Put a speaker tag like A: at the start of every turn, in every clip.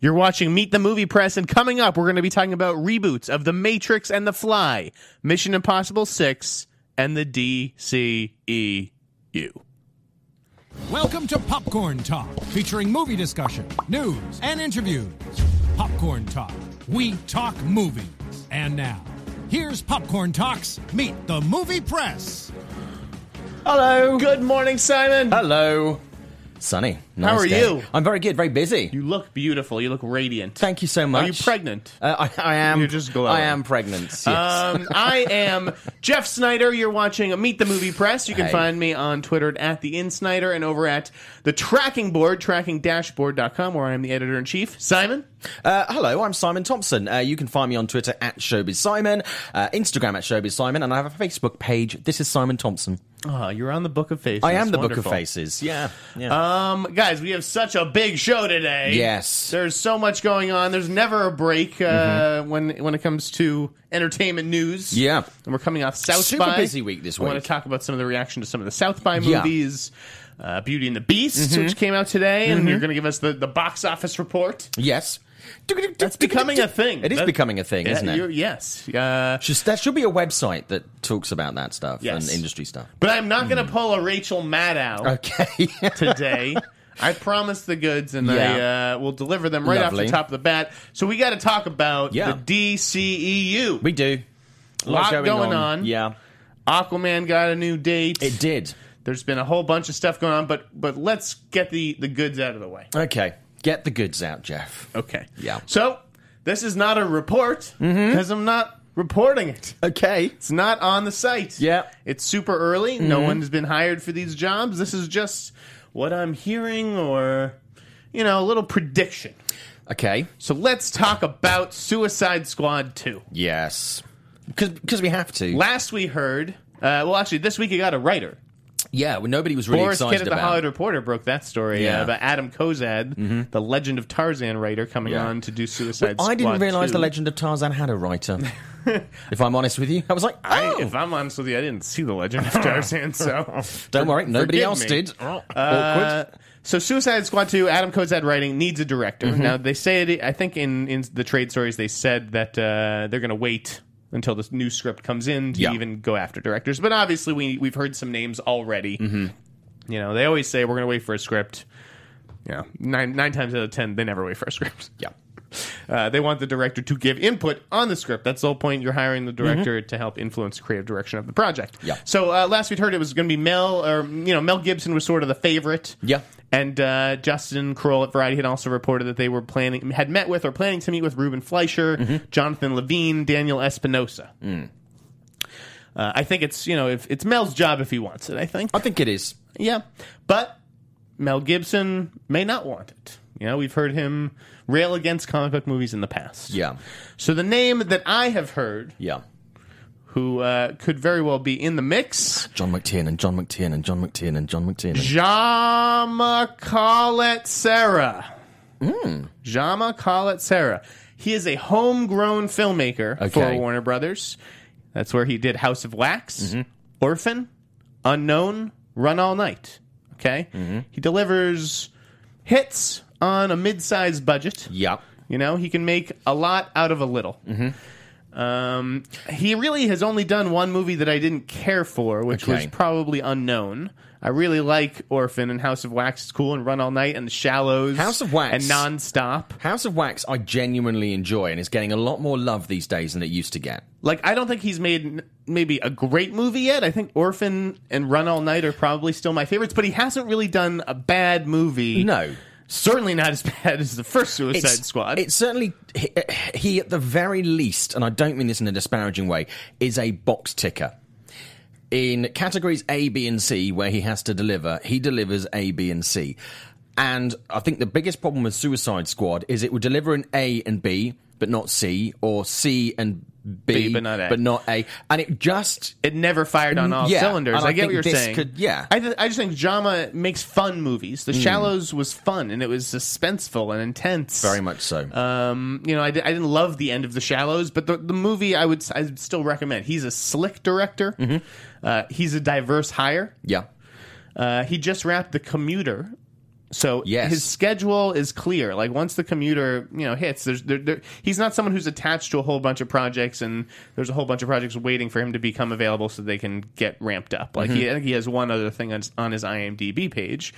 A: You're watching Meet the Movie Press, and coming up, we're going to be talking about reboots of The Matrix and The Fly, Mission Impossible 6, and the E DCEU.
B: Welcome to Popcorn Talk, featuring movie discussion, news, and interviews. Popcorn Talk, we talk movies. And now, here's Popcorn Talks Meet the Movie Press.
A: Hello. Good morning, Simon.
C: Hello. Sunny. Nice
A: are
C: day.
A: you?
C: I'm very good, very busy.
A: You look beautiful. You look radiant.
C: Thank you so much.
A: Are you pregnant?
C: Uh, I, I am.
A: You're just glowing.
C: I am pregnant. Yes.
A: Um, I am Jeff Snyder. You're watching Meet the Movie Press. You can
C: Hey.
A: find me on Twitter at the InSnyder and over at the tracking board, tracking-board.com, where I am the editor in chief. Simon,
C: Uh, hello, I'm Simon Thompson. Uh, you can find me on Twitter at Showbiz Simon, uh, Instagram at Showbiz Simon, and I have a Facebook page. This is Simon Thompson.
A: Ah, you're on the Book of Faces.
C: I am the
A: Wonderful.
C: Book of Faces. Yeah. yeah.
A: Um, guys, we have such a big show today.
C: Yes.
A: there's so much going on. There's never a break uh, when when it comes to entertainment news.
C: Mm-hmm. Yeah.
A: and we're coming off South
C: Super
A: by.
C: busy week this
A: I want
C: week.
A: to talk about some of the reaction to some of the South by
C: Yeah. Mm-hmm.
A: movies. Uh, Beauty and the Beast, which came out today, and you're going to give us the, the box office report.
C: yes.
A: That's becoming a thing.
C: It is
A: That-
C: becoming a thing,
A: Yeah,
C: isn't
A: you're-
C: it?
A: Yes. Uh,
C: Just, there should be a website that talks about that stuff
A: Yes.
C: and industry stuff.
A: but I'm not
C: Mm.
A: going to pull a Rachel Maddow.
C: Uh, Okay.
A: today. I promise the goods, and I
C: Yeah.
A: uh, will deliver them right off
C: Lovely.
A: the top of the bat. So we got to talk about
C: Yeah.
A: the E DCEU.
C: we do.
A: Lot going on.
C: Yeah.
A: Aquaman got a new date.
C: It did.
A: There's been a whole bunch of stuff going on, but but let's get the the goods out of the way.
C: Okay. Get the goods out, Jeff.
A: Okay.
C: Yeah.
A: So this is not a report because
C: Mm-hmm.
A: I'm not reporting it.
C: Okay.
A: It's not on the site.
C: Yeah. Mm-hmm.
A: It's super early. No one has been hired for these jobs. This is just what I'm hearing, or you know, a little prediction.
C: Okay.
A: So let's talk about Suicide Squad 2.
C: Yes. Because we have to.
A: Last we heard, uh, well, actually, this week you got a writer.
C: yeah, well, nobody was really
A: Boris Kidd
C: excited
A: at the
C: about.
A: Hollywood Reporter broke that story
C: Yeah. Mm-hmm.
A: uh, about Adam Kozad, the Legend of Tarzan writer, coming
C: Yeah.
A: on to do Suicide Squad.
C: I didn't realize
A: 2.
C: the Legend of Tarzan had a writer. if I'm honest with you, I was like, oh,
A: I, if I'm honest with you, I didn't see the Legend of Tarzan, so
C: don't worry, nobody
A: forgive
C: else
A: me.
C: did.
A: Uh,
C: Awkward.
A: so Suicide Squad 2, Adam Kozad writing, needs a director.
C: Mm-hmm.
A: Now, they say, it, I think in, in the trade stories, they said that uh, they're going to wait until this new script comes in to
C: Yeah.
A: even go after directors. But obviously, we, we've heard some names already.
C: Mm-hmm.
A: You know, they always say, we're going to wait for a script. Yeah, nine, nine times out of ten, they never wait for a script.
C: Yeah.
A: Uh, they want the director to give input on the script. That's the whole point. You're hiring the director to help influence the creative direction of the project.
C: Mm-hmm. Yeah.
A: So uh, last we'd heard it was going to be Mel, or you know, Mel Gibson was sort of the favorite.
C: Yeah.
A: And uh, Justin Kroll at Variety had also reported that they were planning, had met with, or planning to meet with Ruben Fleischer,
C: Mm-hmm.
A: Jonathan Levine, Daniel Espinosa.
C: Mm.
A: Uh, I think it's you know if it's Mel's job if he wants it. I think.
C: I think it is.
A: Yeah. But Mel Gibson may not want it. You know, we've heard him rail against comic book movies in the past.
C: Yeah.
A: So the name that I have heard,
C: Yeah.
A: who uh, could very well be in the mix,
C: John McTiernan, John McTiernan, John McTiernan, John McTiernan.
A: Jama Collette Sarah. Jama Collette Sarah. He is a homegrown filmmaker for
C: Okay.
A: Warner Brothers. That's where he did House of Wax, Orphan, Unknown, Run All Night. Okay? He delivers hits on a mid sized budget.
C: Yeah.
A: You know, he can make a lot out of a little. Um, he really has only done one movie that I didn't care for, which was
C: Okay.
A: probably unknown. I really like Orphan and House of Wax is cool and Run All Night and The Shallows.
C: House of Wax.
A: and Nonstop.
C: House of Wax, I genuinely enjoy and is getting a lot more love these days than it used to get.
A: Like I don't think he's made n- maybe a great movie yet. I think Orphan and Run All Night are probably still my favorites, but he hasn't really done a bad movie.
C: No.
A: certainly not as bad as the first Suicide Squad.
C: It's certainly he, he at the very least, and I don't mean this in a disparaging way, is a box ticker. In categories A, B, and C, where he has to deliver, he delivers A, B, and C. And I think the biggest problem with Suicide Squad is it would deliver an A and B, but not C, or C and B,
A: B, but not A.
C: But not A. And it just
A: it never fired on all
C: Yeah,
A: cylinders.
C: and
A: I,
C: I
A: get what
C: think
A: you're
C: this
A: saying.
C: could- yeah. Mm.
A: I, th- I just think Jama makes fun movies. The Shallows was fun and it was suspenseful and intense.
C: very much so.
A: Um, you know, I, di- I didn't love the end of The Shallows, but the, the movie I would s- I would still recommend. He's a slick director.
C: Mm-hmm.
A: Uh, he's a diverse hire.
C: yeah.
A: Uh, he just wrapped The Commuter, So
C: Yes.
A: his schedule is clear. Like once the commuter, you know, hits, there's there, there, he's not someone who's attached to a whole bunch of projects, and there's a whole bunch of projects waiting for him to become available so they can get ramped up. Like he, I think he has one other thing on, his- on his IMDb page.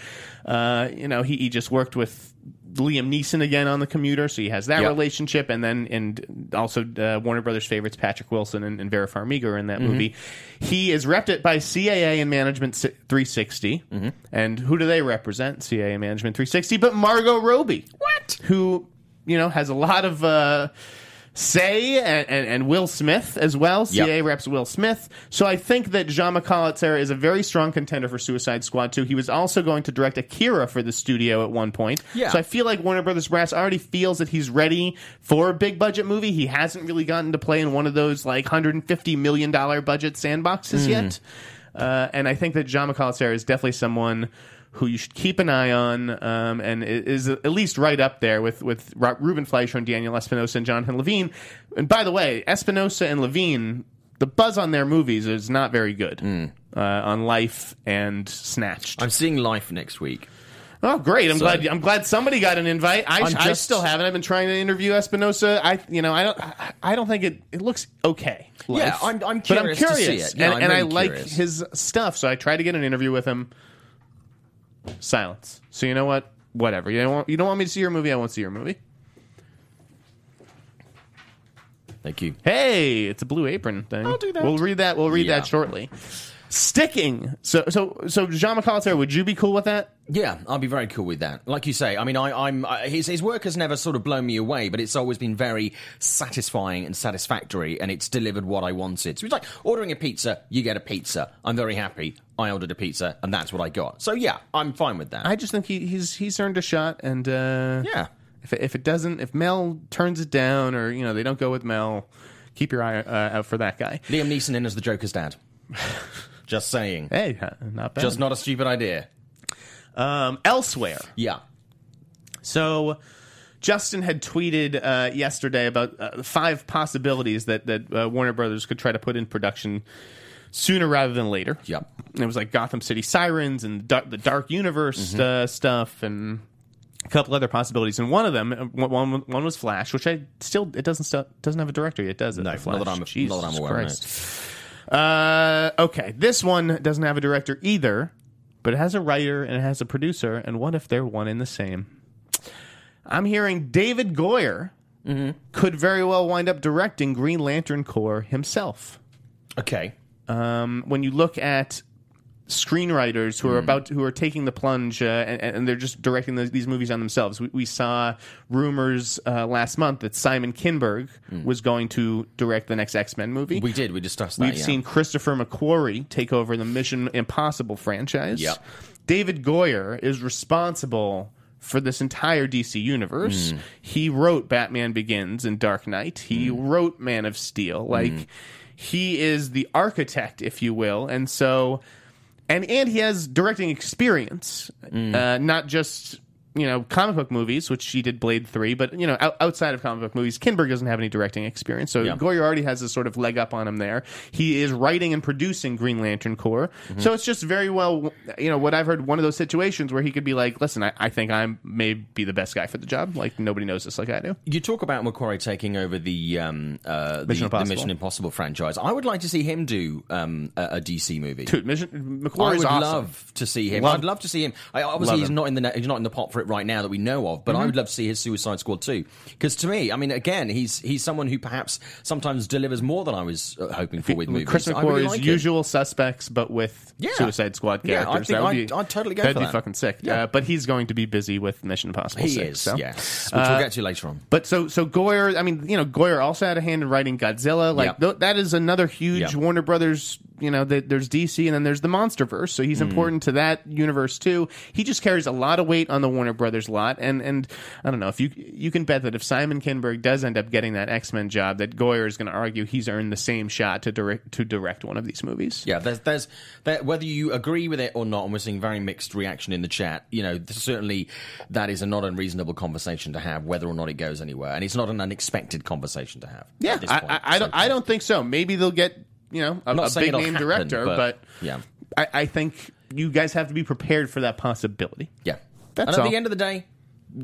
A: Uh, you know, he, he just worked with Liam Neeson again on the commuter, so he has that
C: Yeah.
A: relationship, and then and also uh, Warner Brothers favorites Patrick Wilson and, and Vera Farmiga are in that movie.
C: Mm-hmm.
A: He is repped at by CAA and Management Si- 360,
C: Mm-hmm.
A: and who do they represent? CAA and Management 360, but Margot Robbie, what? Who you know has a lot of. Uh, Say and, and, and Will Smith as well.
C: Yep.
A: CA reps Will Smith. So I think that Jean Micalitzer is a very strong contender for Suicide Squad 2. He was also going to direct Akira for the studio at one point.
C: Yeah.
A: So I feel like Warner Brothers Brass already feels that he's ready for a big budget movie. He hasn't really gotten to play in one of those like $150 million budget sandboxes yet. Uh, and I think that John McAllister is definitely someone who you should keep an eye on um, and i- is at least right up there with, with Ro- Ruben Fleischer and Daniel Espinosa and Jonathan Levine. And by the way, Espinosa and Levine, the buzz on their movies is not very good. Uh, on Life and Snatched.
C: I'm seeing Life next week.
A: Oh, great! I'm
C: So-
A: glad. I'm glad somebody got an invite. I,
C: I'm
A: I
C: just-
A: still haven't. I've been trying to interview Espinosa. I, you know, I don't. I, I don't think it. It looks okay. Life.
C: Yeah, I'm- I'm
A: But
C: curious to see it. Yeah,
A: and,
C: I'm
A: and I
C: really
A: like
C: curious.
A: his stuff. So I tried to get an interview with him. Silence. So you know what? Whatever. You don't want. You don't want me to see your movie. I won't see your movie.
C: Thank you.
A: Hey, it's a blue apron thing. I'll
C: do that.
A: We'll read that. We'll read
C: Yeah.
A: that shortly. Sticking. So so so Jean McAllister, would you be cool with that?
C: Yeah, I'll be very cool with that. Like you say, I mean, I, I'm I, his his work has never sort of blown me away, but it's always been very satisfying and satisfactory, and it's delivered what I wanted. So it's like ordering a pizza, you get a pizza. I'm very happy. I ordered a pizza, and that's what I got. So yeah, I'm fine with that.
A: I just think he, he's he's earned a shot, and uh,
C: Yeah.
A: if it, if it doesn't, if Mel turns it down, or you know they don't go with Mel, keep your eye uh, out for that guy.
C: Liam Neeson in as the Joker's dad. Just saying.
A: Hey, huh, not bad.
C: Just not a stupid idea.
A: um, elsewhere.
C: Yeah.
A: So Justin had tweeted uh, yesterday about uh, five possibilities that that uh, Warner Brothers could try to put in production sooner rather than later.
C: Yep.
A: And it was like Gotham City Sirens and Dar- the Dark Universe
C: Mm-hmm.
A: uh, stuff and a couple other possibilities. And one of them, uh, one one was Flash, which I still it doesn't stu- doesn't have a director yet, does it?
C: No,
A: The
C: not
A: Flash.
C: that I'm- not
A: Jesus
C: that I'm aware of, no.
A: Christ. Uh, okay, this one doesn't have a director either, but it has a writer and it has a producer. And what if they're one and the same? I'm hearing David Goyer could very well wind up directing Green Lantern Corps himself
C: Okay.
A: when you look at screenwriters who are about who are taking the plunge uh, and, and they're just directing the, these movies on themselves. We, we saw rumors uh, last month that Simon Kinberg was going to direct the next X Men movie.
C: We did. We discussed that.
A: We've
C: yeah.
A: seen Christopher McQuarrie take over the Mission Impossible franchise.
C: Yep.
A: David Goyer is responsible for this entire DC universe. He wrote Batman Begins and Dark Knight. He wrote Man of Steel. Like he is the architect, if you will, and so and and he has directing experience,
C: Mm.
A: uh, not just. You know, comic book movies, which he did Blade 3, but, you know, out, outside of comic book movies, Kinberg doesn't have any directing experience. So
C: Yeah.
A: Goyer Goyer already has a sort of leg up on him there. He is writing and producing Green Lantern Corps,
C: Mm-hmm.
A: so it's just very well, you know, what I've heard. One of those situations where he could be like, "Listen, I, I think I may be the best guy for the job. Like nobody knows this like I do."
C: You talk about Macquarie taking over the um, uh, the-
A: Mission
C: the,
A: Impossible.
C: Mission Impossible franchise. I would like to see him do um, a, a DC movie.
A: Dude, Mission
C: I
A: McClure
C: would
A: is awesome.
C: love to see him.
A: Love-
C: I'd love to see him. I, obviously,
A: Love
C: he's
A: him. Mm-hmm.
C: not in the net- he's not in the pot for it right now that we know of. But I would love to see his Suicide Squad too. Because to me, I mean, again, he's he's someone who perhaps sometimes delivers more than I was uh, hoping for with movies.
A: Chris
C: I
A: McQuarrie's
C: really like him.
A: usual suspects, but with
C: Yeah.
A: Suicide Squad
C: Yeah, I
A: characters.
C: think
A: that would
C: I'd-
A: be,
C: I'd totally go
A: That'd
C: for
A: be
C: that.
A: fucking sick.
C: Yeah.
A: Uh, but he's going to be busy with Mission Impossible.
C: He
A: 6,
C: is,
A: so. Uh,
C: yes. Which we'll get to later on.
A: But so so Goyer, I mean, you know, Goyer also had a hand in writing Godzilla. Like
C: Yeah.
A: tho- that is another huge
C: Yeah.
A: Warner Brothers. You know, that there's DC and then there's the MonsterVerse, so
C: Mm.
A: he's important to that universe too. He just carries a lot of weight on the Warner Brothers lot, and and I don't know if you you can bet that if Simon Kinberg does end up getting that X Men job, that Goyer is going to argue he's earned the same shot to direct to direct one of these movies.
C: Yeah, there's, there's there, whether you agree with it or not, and we're seeing very mixed reaction in the chat. You know, th- certainly that is a not unreasonable conversation to have, whether or not it goes anywhere, and it's not an unexpected conversation to have.
A: Yeah,
C: at this
A: I,
C: point.
A: I, I don't. I don't think so. Maybe they'll get you know a,
C: not
A: a
C: saying
A: big
C: it'll
A: name
C: happen,
A: director,
C: but-
A: but,
C: yeah.
A: I, I think you guys have to be prepared for that possibility.
C: yeah.
A: That's
C: and at
A: all.
C: the end of the day,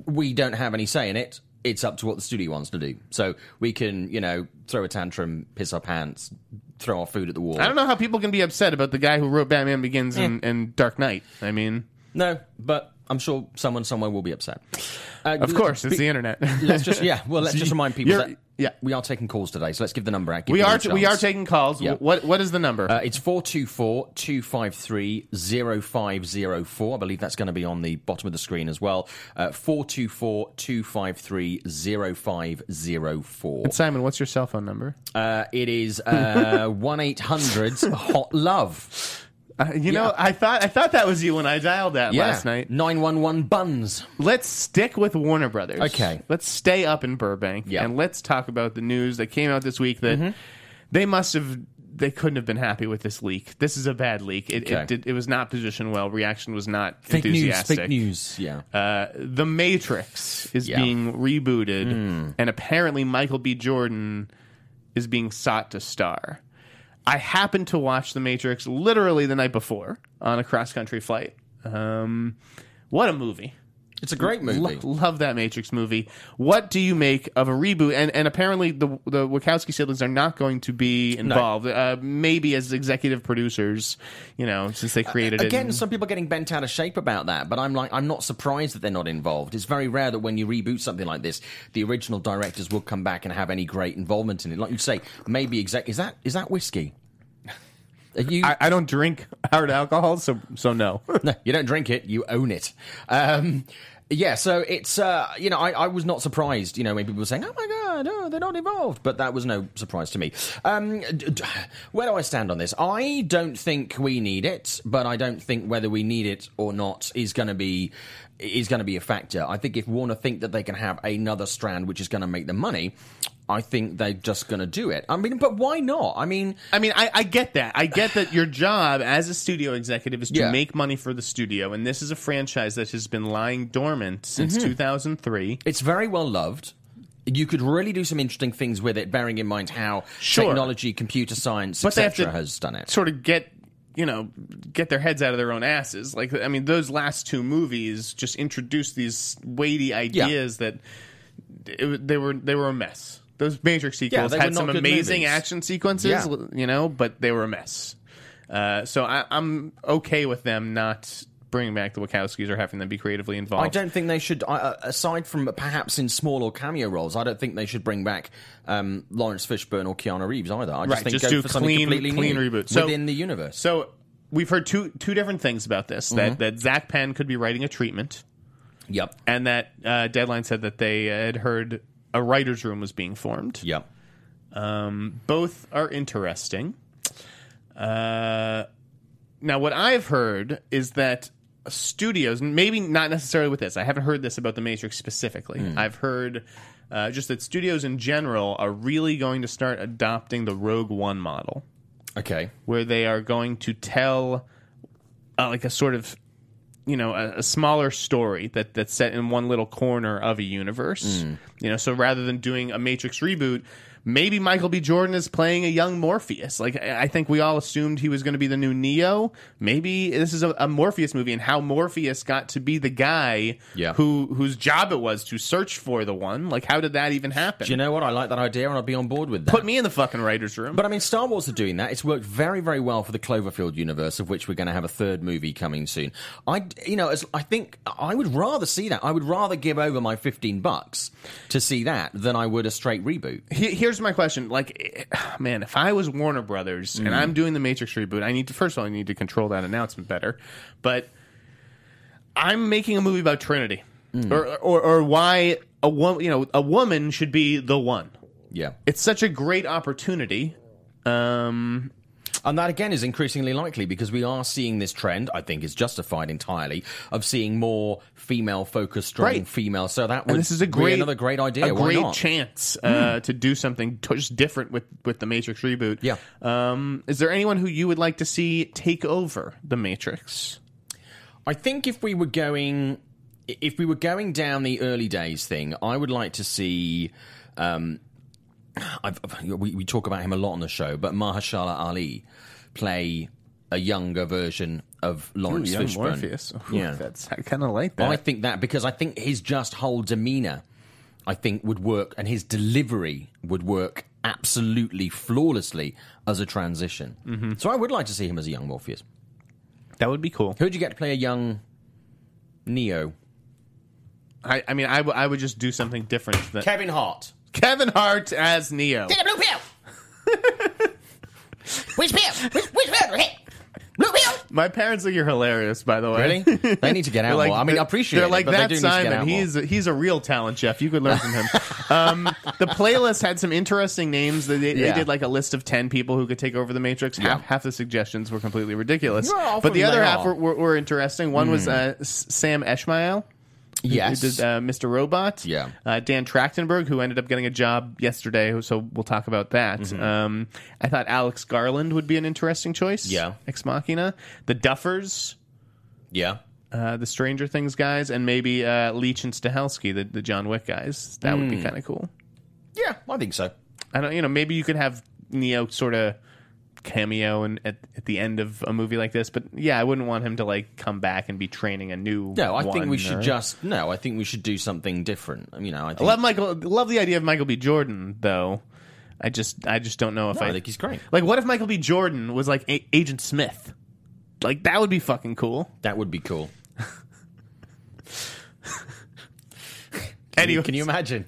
C: we don't have any say in it. It's up to what the studio wants to do. So we can, you know, throw a tantrum, piss our pants, throw our food at the wall.
A: I don't know how people can be upset about the guy who wrote Batman Begins and, and Dark Knight. I mean,
C: No, but I'm sure someone somewhere will be upset. Uh,
A: of course, it's the internet.
C: Let's just yeah. Well, let's just remind people
A: You're-
C: that
A: yeah.
C: we are taking calls today. So let's give the number out. give
A: we
C: them
A: are
C: a
A: we are
C: chance.
A: taking calls.
C: Yeah.
A: What what is the number?
C: Uh, it's 424-253-0504. I believe that's going to be on the bottom of the screen as well. Uh, 424-253-0504.
A: Simon, what's your cell phone number?
C: Uh, it is uh, 1-800-HOT-LOVE.
A: Uh, you know, I thought I thought that was you when I dialed that
C: Yeah.
A: last night.
C: 911-BUNS.
A: Let's stick with Warner Brothers.
C: Okay.
A: Let's stay up in Burbank
C: Yeah. Mm-hmm.
A: and let's talk about the news that came out this week that they must have they couldn't have been happy with this leak. This is a bad leak. It
C: Okay.
A: it, did, it was not positioned well. Reaction was not
C: Fake news,
A: enthusiastic.
C: fake news. Yeah.
A: Uh, the Matrix is
C: Yeah. Hmm.
A: being rebooted, and apparently Michael B. Jordan is being sought to star. I happened to watch The Matrix literally the night before on a cross country flight. Um, what a movie!
C: it's a great
A: Lo-
C: movie.
A: love that Matrix movie. What do you make of a reboot? And and apparently the the Wachowski siblings are not going to be involved. Uh, maybe as executive producers, you know, since they created it.
C: Again,
A: and-
C: some people are getting bent out of shape about that, but I'm like, I'm not surprised that they're not involved. It's very rare that when you reboot something like this, the original directors will come back and have any great involvement in it. Like you say, maybe exec is that is that whiskey? Are you
A: I, I don't drink hard alcohol, so so no.
C: no, you don't drink it, you own it. Um, yeah, so it's uh, you know, I, I was not surprised. You know, when people were saying, "Oh my god, oh, they're not involved," but that was no surprise to me. Um, d- d- where do I stand on this? I don't think we need it, but I don't think whether we need it or not is going to be is going to be a factor. I think if Warner think that they can have another strand which is going to make them money, I think they're just going to do it. I mean, but why not? I mean,
A: I mean, I, I get that. I get that your job as a studio executive is to
C: Yeah.
A: make money for the studio, and this is a franchise that has been lying dormant since 2003.
C: It's very well loved. You could really do some interesting things with it, bearing in mind how
A: Sure.
C: technology, computer science,
A: But they have
C: etc.,
A: to-
C: has done it.
A: Sort of get you know get their heads out of their own asses. Like I mean, those last two movies just introduced these weighty ideas that it, wa- they were they were a mess. Those Matrix sequels
C: they were
A: had
C: not
A: some
C: good
A: amazing
C: movies.
A: action sequences,
C: Yeah.
A: you know, but they were a mess. Uh, so I, I'm okay with them not bringing back the Wachowskis or having them be creatively involved.
C: I don't think they should, I- uh, aside from perhaps in small or cameo roles, I don't think they should bring back um, Lawrence Fishburne or Keanu Reeves either. I just
A: Right,
C: think
A: just
C: go
A: do
C: for something
A: clean-
C: completely
A: clean
C: new
A: reboot. So-
C: within the universe.
A: So we've heard two two different things about this.
C: Mm-hmm.
A: That that Zach Penn could be writing a treatment,
C: yep,
A: and that uh, Deadline said that they had heard a writers' room was being formed.
C: yep.
A: Both are interesting. Uh, now, what I've heard is that studios, maybe not necessarily with this. I haven't heard this about the Matrix specifically. I've heard. Uh, just that studios in general are really going to start adopting the Rogue One model.
C: Okay,
A: where they are going to tell uh, like a sort of you know a, a smaller story that that's set in one little corner of a universe you know so rather than doing a matrix reboot maybe michael b jordan is playing a young morpheus like i I think we all assumed he was going to be the new neo maybe this is a, a morpheus movie and how morpheus got to be the guy
C: Yeah.
A: who whose job it was to search for the one like how did that even happen
C: do you know what? I like that idea, and I'll be on board with that.
A: put me in the fucking writers room
C: But I mean, Star Wars are doing that. It's worked very, very well for the Cloverfield universe, of which we're going to have a third movie coming soon. I, you know, as I think I would rather see that. I would rather give over my fifteen bucks to see that than I would a straight reboot.
A: He- here's my question like eh, man if i was warner brothers
C: Mm.
A: and i'm doing the matrix reboot i need to first of all i need to control that announcement better but i'm making a movie about trinity
C: Mm.
A: or, or or why a woman you know a woman should be the one
C: Yeah,
A: it's such a great opportunity um
C: and that again is increasingly likely because we are seeing this trend. I think is justified entirely of seeing more female-focused, strong
A: Right.
C: female. So that would
A: and this is a
C: be
A: great
C: another great idea.
A: a
C: Why
A: great
C: not? Mm.
A: chance uh, to do something t- just different with with the matrix reboot
C: Yeah.
A: um is there anyone who you would like to see take over the matrix
C: I think if we were going, if we were going down the early days thing, I would like to see. Um, I've, we, we talk about him a lot on the show, but Mahershala Ali play a younger version of Lawrence
A: young
C: Fishburne.
A: Morpheus. Ooh,
C: Yeah.
A: that's I kind of like
C: I
A: that.
C: think that because I think his just whole demeanor, I think would work, and his delivery would work absolutely flawlessly as a transition. Mm-hmm. So I would like to see him as a young Morpheus.
A: that would be cool.
C: Who would you get to play a young Neo?
A: I, I mean, I w- I would just do something different. Than-
C: Kevin Hart.
A: Kevin Hart as Neo.
D: Get a blue pill. which pill? Which, which pill? Hey, blue pill.
A: My parents think you're hilarious, by the way.
C: Really? they need to get
A: They're
C: out
A: like,
C: more. I mean, I appreciate
A: they're
C: it,
A: like
C: but
A: that
C: they do need to get out
A: Simon.
C: more."
A: He's a, he's a real talent, Jeff. You could learn from him. um, the playlist had some interesting names. They, they, they
C: Yeah.
A: did like a list of ten people who could take over the Matrix. Half,
C: Yeah.
A: half the suggestions were completely ridiculous,
C: Well, all Hmm. of
A: but the
C: them
A: other
C: they
A: half
C: are.
A: were, were, were interesting. One was uh, S- Sam Eshmael.
C: yes.
A: Who did uh, Mr. Robot?
C: Yeah.
A: Uh, Dan Trachtenberg, who ended up getting a job yesterday, so we'll talk about that.
C: Mm-hmm.
A: Um, I thought Alex Garland would be an interesting choice.
C: Yeah.
A: Ex Machina. The Duffers,
C: yeah.
A: uh, the Stranger Things guys, and maybe uh, Leech and Stahelski, the, the John Wick guys. That
C: Hmm.
A: would be kind of cool.
C: Yeah, I think so.
A: I don't, you know, maybe you could have Neo sort of cameo and at, at the end of a movie like this, but yeah, I wouldn't want him to like come back and be training a new.
C: No, I think
A: one
C: we should
A: or-
C: just no. I think we should do something different. You know, I think,
A: I love Michael. Love the idea of Michael B. Jordan, though. I just, I just don't know if
C: I
A: I,
C: think he's great.
A: like. What if Michael B. Jordan was like a- Agent Smith? Like that would be fucking cool.
C: That would be cool.
A: Anyway,
C: Can you imagine?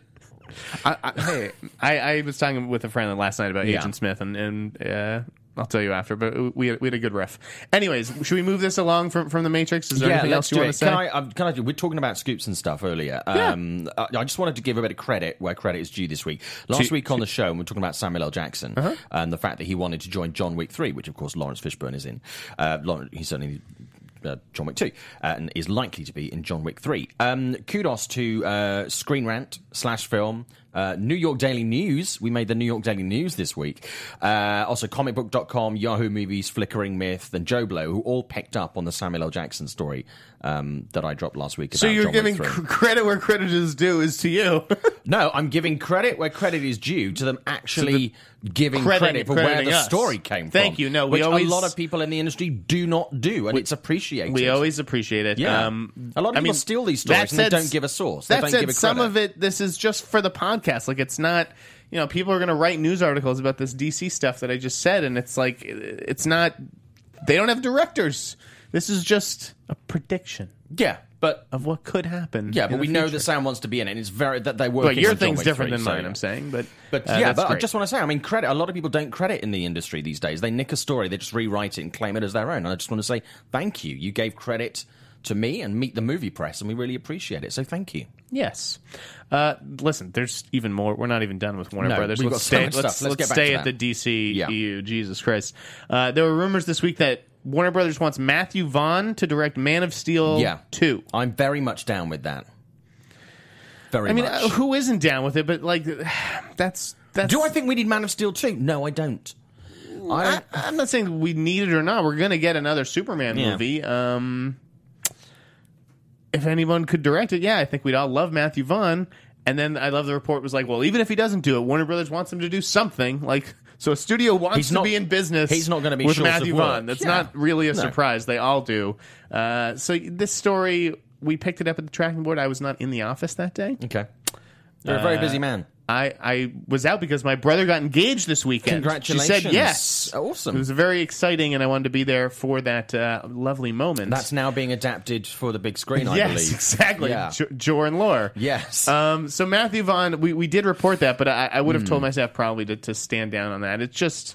A: I, I, hey, I, I was talking with a friend last night about
C: Yeah.
A: Agent Smith, and and uh, I'll tell you after. But we we had a good riff. Anyways, should we move this along from from the Matrix? Is there anything else
C: let's
A: you
C: do
A: want to say?
C: it. Can I, um, can I do, we're talking about scoops and stuff earlier. Um, I, I just wanted to give a bit of credit where credit is due this week. Last
A: To-
C: week on the show, we were talking about Samuel L. Jackson
A: Uh-huh.
C: and the fact that he wanted to join John Wick 3, which of course Lawrence Fishburne is in. Uh, Lawrence, he's certainly. Uh, John Wick 2 uh, and is likely to be in John Wick 3. Um, kudos to uh, Screen Rant slash film, uh, New York Daily News. We made the New York Daily News this week. Uh, also, comicbook.com, Yahoo Movies, Flickering Myth, and Joe Blow, who all picked up on the Samuel L. Jackson story um, that I dropped last week.
A: so
C: about
A: you're
C: John
A: giving
C: Wick 3.
A: cr- credit where credit is due is to you.
C: No, I'm giving credit where credit is due to them actually giving
A: crediting-
C: credit for where
A: crediting
C: the
A: us.
C: story came from.
A: Thank you. No, we
C: which
A: always-
C: a lot of people in the industry do not do, and it's appreciated.
A: We always appreciate it.
C: Yeah.
A: Um,
C: A lot of
A: I mean,
C: people steal these
A: that
C: stories and they don't give a source. They
A: that
C: don't
A: said,
C: give a
A: some
C: credit.
A: of it, this is just for the podcast. Like, it's not, you know, people are going to write news articles about this DC stuff that I just said, and it's like, it's not, they don't have directors. This is just a prediction
C: yeah, but uh,
A: of what could happen.
C: yeah,
A: in
C: but
A: the
C: we know
A: future.
C: that Sam wants to be in it. And it's very that they work.
A: But your thing's different than mine, I'm saying. But,
C: But
A: uh,
C: yeah,
A: that's
C: but I
A: great.
C: just want to say, I mean, credit. A lot of people don't credit in the industry these days. They nick a story, they just rewrite it and claim it as their own. And I just want to say, thank you. You gave credit to me and meet the movie press, and we really appreciate it. So thank you.
A: Yes. Uh, listen, there's even more. We're not even done with Warner
C: No,
A: Brothers.
C: we've
A: Let's
C: got so
A: stay,
C: much
A: let's,
C: stuff. Let's
A: let's
C: get back
A: stay
C: to
A: at the
C: that.
A: DC
C: Yeah.
A: EU. Jesus Christ. Uh, there were rumors this week that Warner Brothers wants Matthew Vaughn to direct Man of Steel
C: Yeah,
A: 2.
C: I'm very much down with that. Very
A: I mean,
C: much.
A: uh, who isn't down with it? But, like, that's. that's
C: Do I think we need Man of Steel 2? No, I don't. I
A: I,
C: don't.
A: I'm not saying we need it or not. We're going to get another Superman
C: Yeah.
A: movie. Um, if anyone could direct it, yeah, I think we'd all love Matthew Vaughn. And then I love the report was like, well, even if he doesn't do it, Warner Brothers wants him to do something. Like, so a studio wants
C: He's
A: to
C: not-
A: be in business.
C: he's not gonna be
A: with
C: short of
A: Matthew
C: work.
A: Vaughn. That's
C: Yeah.
A: not really a
C: No.
A: surprise. They all do. Uh, so this story, we picked it up at the tracking board. I was not in the office that day.
C: okay. You're a
A: uh,
C: very busy man.
A: I, I was out because my brother got engaged this weekend. She said
C: Congratulations.
A: yes.
C: Awesome.
A: It was very exciting, and I wanted to be there for that uh, lovely moment.
C: That's now being adapted for the big screen, I
A: yes,
C: believe.
A: exactly.
C: Yeah.
A: Jo- Jor and Lore.
C: Yes.
A: Um, so Matthew Vaughn, we, we did report that, but I, I would have told
C: Hmm.
A: myself probably to, to stand down on that. It's just,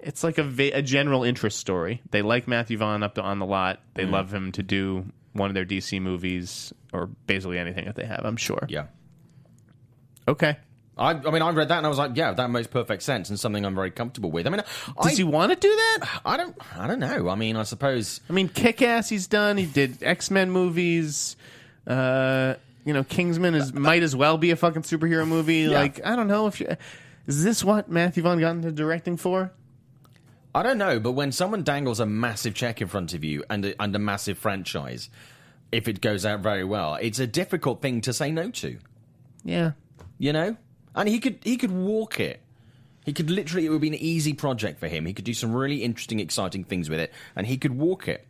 A: it's like a, va- a general interest story. They like Matthew Vaughn up to, on the lot. They
C: Hmm.
A: love him to do one of their DC movies or basically anything that they have. I'm sure.
C: yeah.
A: Okay.
C: I, I mean, I read that and I was like, yeah, that makes perfect sense and something I'm very comfortable with. I mean, I,
A: Does he want to do that?
C: I don't, I don't know. I mean, I suppose
A: I mean, Kick Ass, he's done. He did X Men movies. Uh, you know, Kingsman is might as well be a fucking superhero movie. Like, I don't know if you, is this what Matthew Vaughn got into directing for?
C: I don't know, but when someone dangles a massive check in front of you and a, and a massive franchise, if it goes out very well, it's a difficult thing to say no to,
A: Yeah,
C: you know. And he could he could walk it. He could literally, it would be an easy project for him. He could do some really interesting, exciting things with it, and he could walk it.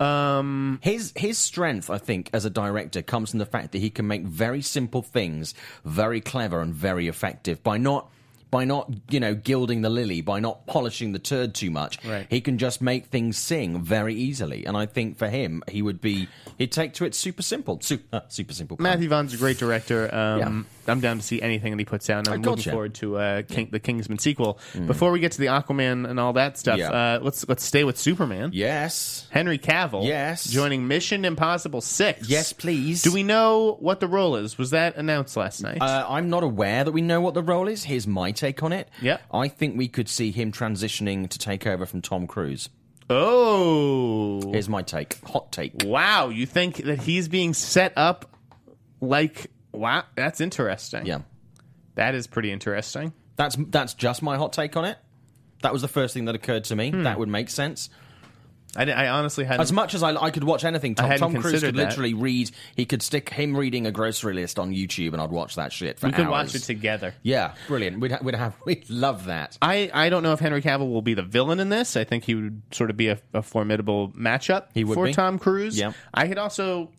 C: Um, his his strength, I think, as a director, comes from the fact that he can make very simple things very clever and very effective by not by not you know gilding the lily, by not polishing the turd too much.
A: Right.
C: He can just make things sing very easily, and I think for him, he would be he'd take to it super simple, super super simple. pun.
A: Matthew Vaughn's a great director. Um, I'm down to see anything that he puts out. and I'm
C: I
A: looking
C: gotcha.
A: forward to uh, King, the Kingsman sequel. Before we get to the Aquaman and all that stuff,
C: Mm. Yeah.
A: uh, let's let's stay with Superman.
C: Yes.
A: Henry Cavill,
C: Yes.
A: joining Mission Impossible Six.
C: Yes, please.
A: Do we know what the role is? Was that announced last night?
C: Uh, I'm not aware that we know what the role is. Here's my take on it.
A: Yeah.
C: I think we could see him transitioning to take over from Tom Cruise.
A: oh,
C: Here's my take. Hot take.
A: wow! You think that he's being set up like wow? That's interesting.
C: Yeah.
A: that is pretty interesting.
C: That's that's just my hot take on it. That was the first thing that occurred to me.
A: Hmm.
C: That would make sense.
A: I, di- I honestly hadn't.
C: As much as I, I could watch anything, Tom,
A: hadn't
C: Tom Cruise
A: considered
C: could
A: that.
C: literally read. He could stick him reading a grocery list on YouTube, and I'd watch that shit for
A: we could
C: hours.
A: watch it together.
C: Yeah, brilliant. We'd ha- we'd have we'd love that.
A: I, I don't know if Henry Cavill will be the villain in this. I think he would sort of be a, a formidable matchup
C: He would
A: for
C: be.
A: Tom Cruise.
C: Yeah.
A: I could also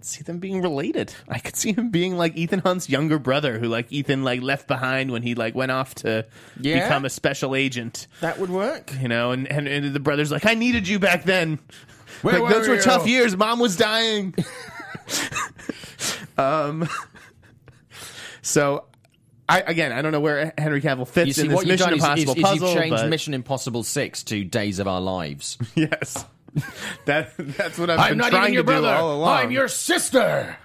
A: see them being related. I could see him being like Ethan Hunt's younger brother, who like Ethan like left behind when he like went off to
C: Yeah.
A: become a special agent.
C: That would work.
A: You know, and, and, and the brother's like, I needed you back then.
C: Where
A: like
C: were
A: those were
C: you?"
A: tough years. Mom was dying. um so I, again, I don't know where Henry Cavill fits
C: You see,
A: in this
C: what you've
A: Mission
C: done is, is,
A: Impossible
C: is
A: puzzle.
C: you've changed
A: but-
C: Mission Impossible Six to Days of Our Lives.
A: Yes. That that's what I've been trying to do all along.
C: sister.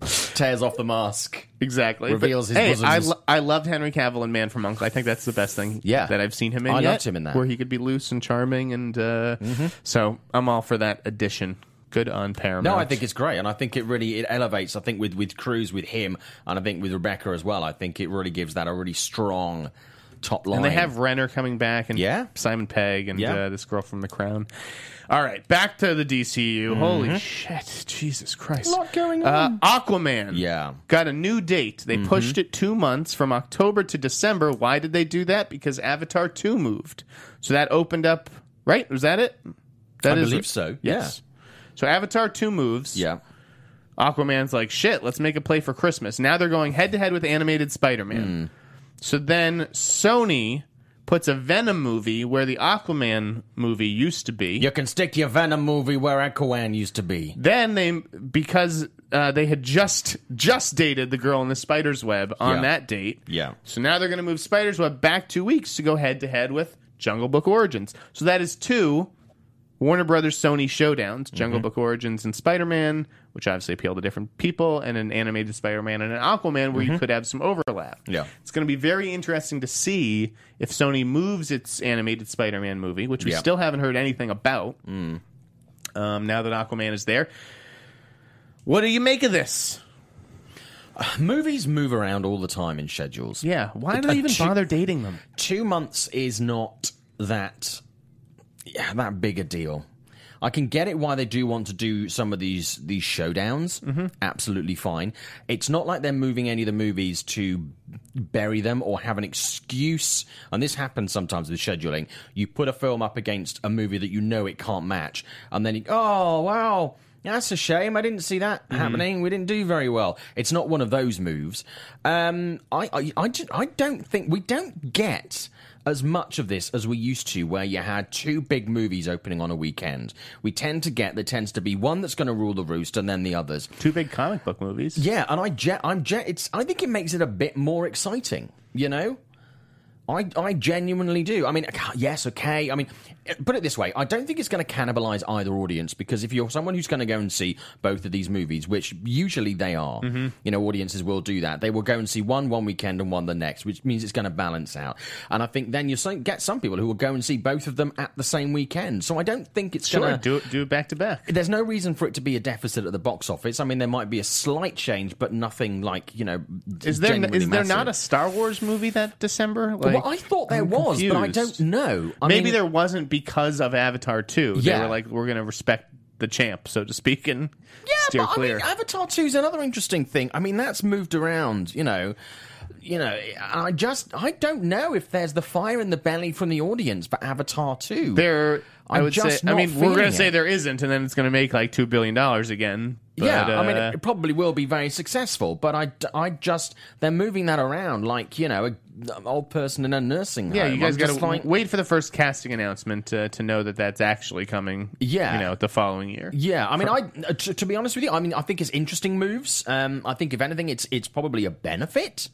C: Tears off the mask.
A: exactly
C: reveals his
A: hey,
C: bosoms.
A: I, lo- I loved Henry Cavill in Man from Uncle. I think that's the best thing
C: Yeah.
A: that I've seen him in.
C: I
A: yet,
C: loved him in that. Mm-hmm.
A: where he could be loose and charming, and uh, so I'm all for that addition. Good on Paramount.
C: No, I think it's great, and I think it really it elevates. I think with with Cruz, with him, and I think with Rebecca as well. I think it really gives that a really strong top line.
A: And they have Renner coming back and
C: Yeah.
A: Simon Pegg and
C: Yeah.
A: uh, this girl from The Crown. All right, back to the DCU. Holy shit. Jesus Christ.
C: Mm-hmm. Lot going
A: on. Uh, Aquaman.
C: Yeah. Mm-hmm.
A: Got a new date. They pushed it two months from October to December. Why did they do that? Because Avatar 2 moved. So that opened up, right? Was that it? That
C: I
A: is
C: believe so,
A: Yes. So Avatar 2 moves.
C: yeah.
A: Aquaman's like, shit, let's make a play for Christmas. Now they're going head to head with animated Spider
C: Hmm.
A: Man. So then Sony puts a Venom movie where the Aquaman movie used to be.
C: You can stick your Venom movie where Aquaman used to be.
A: Then they, because uh, they had just just dated the girl in the spider's web on
C: Yeah.
A: that date.
C: Yeah.
A: So now they're going to move spider's web back two weeks to go head to head with Jungle Book Origins. So that is two Warner Brothers Sony showdowns: Jungle Book Origins and Spider Man, which obviously appeal to different people, and an animated Spider Man and an Aquaman, where you could have some overlap.
C: Yeah.
A: It's going to be very interesting to see if Sony moves its animated Spider Man movie, which we
C: Yeah.
A: still haven't heard anything about um, now that Aquaman is there. What do you make of this?
C: Movies move around all the time in schedules.
A: Yeah, why do they
C: a
A: even
C: chi-
A: bother dating them?
C: two months is not that yeah, that big a deal. I can get it why they do want to do some of these these showdowns. Absolutely fine. It's not like they're moving any of the movies to bury them or have an excuse. And this happens sometimes with scheduling. You put a film up against a movie that you know it can't match, and then you, oh wow, that's a shame. I didn't see that happening. We didn't do very well. It's not one of those moves. Um, I, I, I, ju- I don't think we don't get as much of this as we used to, where you had two big movies opening on a weekend. We tend to get there tends to be one that's going to rule the roost, and then the others.
A: Two big comic book movies.
C: Yeah, and I ge- I'm ge- it's I think it makes it a bit more exciting, you know? I, I genuinely do. I mean, yes, okay. I mean, eh, put it this way I don't think it's going to cannibalize either audience because if you're someone who's going to go and see both of these movies, which usually they are,
A: Mm-hmm.
C: you know, audiences will do that. They will go and see one one weekend and one the next, which means it's going to balance out. And I think then you'll so- get some people who will go and see both of them at the same weekend. So I don't think it's
A: sure.
C: going to
A: Do it. Do it back to back.
C: there's no reason for it to be a deficit at the box office. I mean, there might be a slight change, but nothing like you know.
A: Is there
C: genuinely
A: is there
C: massive.
A: not a Star Wars movie that December? Like,
C: well, I thought there
A: I'm
C: was, but I
A: confused.
C: don't know. I
A: Maybe
C: mean,
A: there wasn't because of Avatar two. They
C: Yeah.
A: were like, we're going to respect the champ, so to speak, and
C: Yeah,
A: steer
C: but
A: clear.
C: I mean, Avatar 2 is another interesting thing. I mean, that's moved around, you know. you know, I just I don't know if there's the fire in the belly from the audience for Avatar 2.
A: There, I
C: I'm
A: would say.
C: just
A: I
C: not
A: mean, we're gonna
C: feeling
A: say
C: it.
A: there isn't, and then it's gonna make like two billion dollars again. But,
C: yeah, I mean,
A: uh,
C: it, it probably will be very successful, but I, d- I just they're moving that around like you know a, an old person in a nursing
A: yeah,
C: home.
A: you guys
C: I'm
A: got to
C: just like,
A: wait for the first casting announcement to, to know that that's actually coming.
C: Yeah.
A: you know, the following year.
C: Yeah, I mean, I uh, to, to be honest with you, I mean, I think it's interesting moves. Um, I think if anything, it's it's probably a benefit.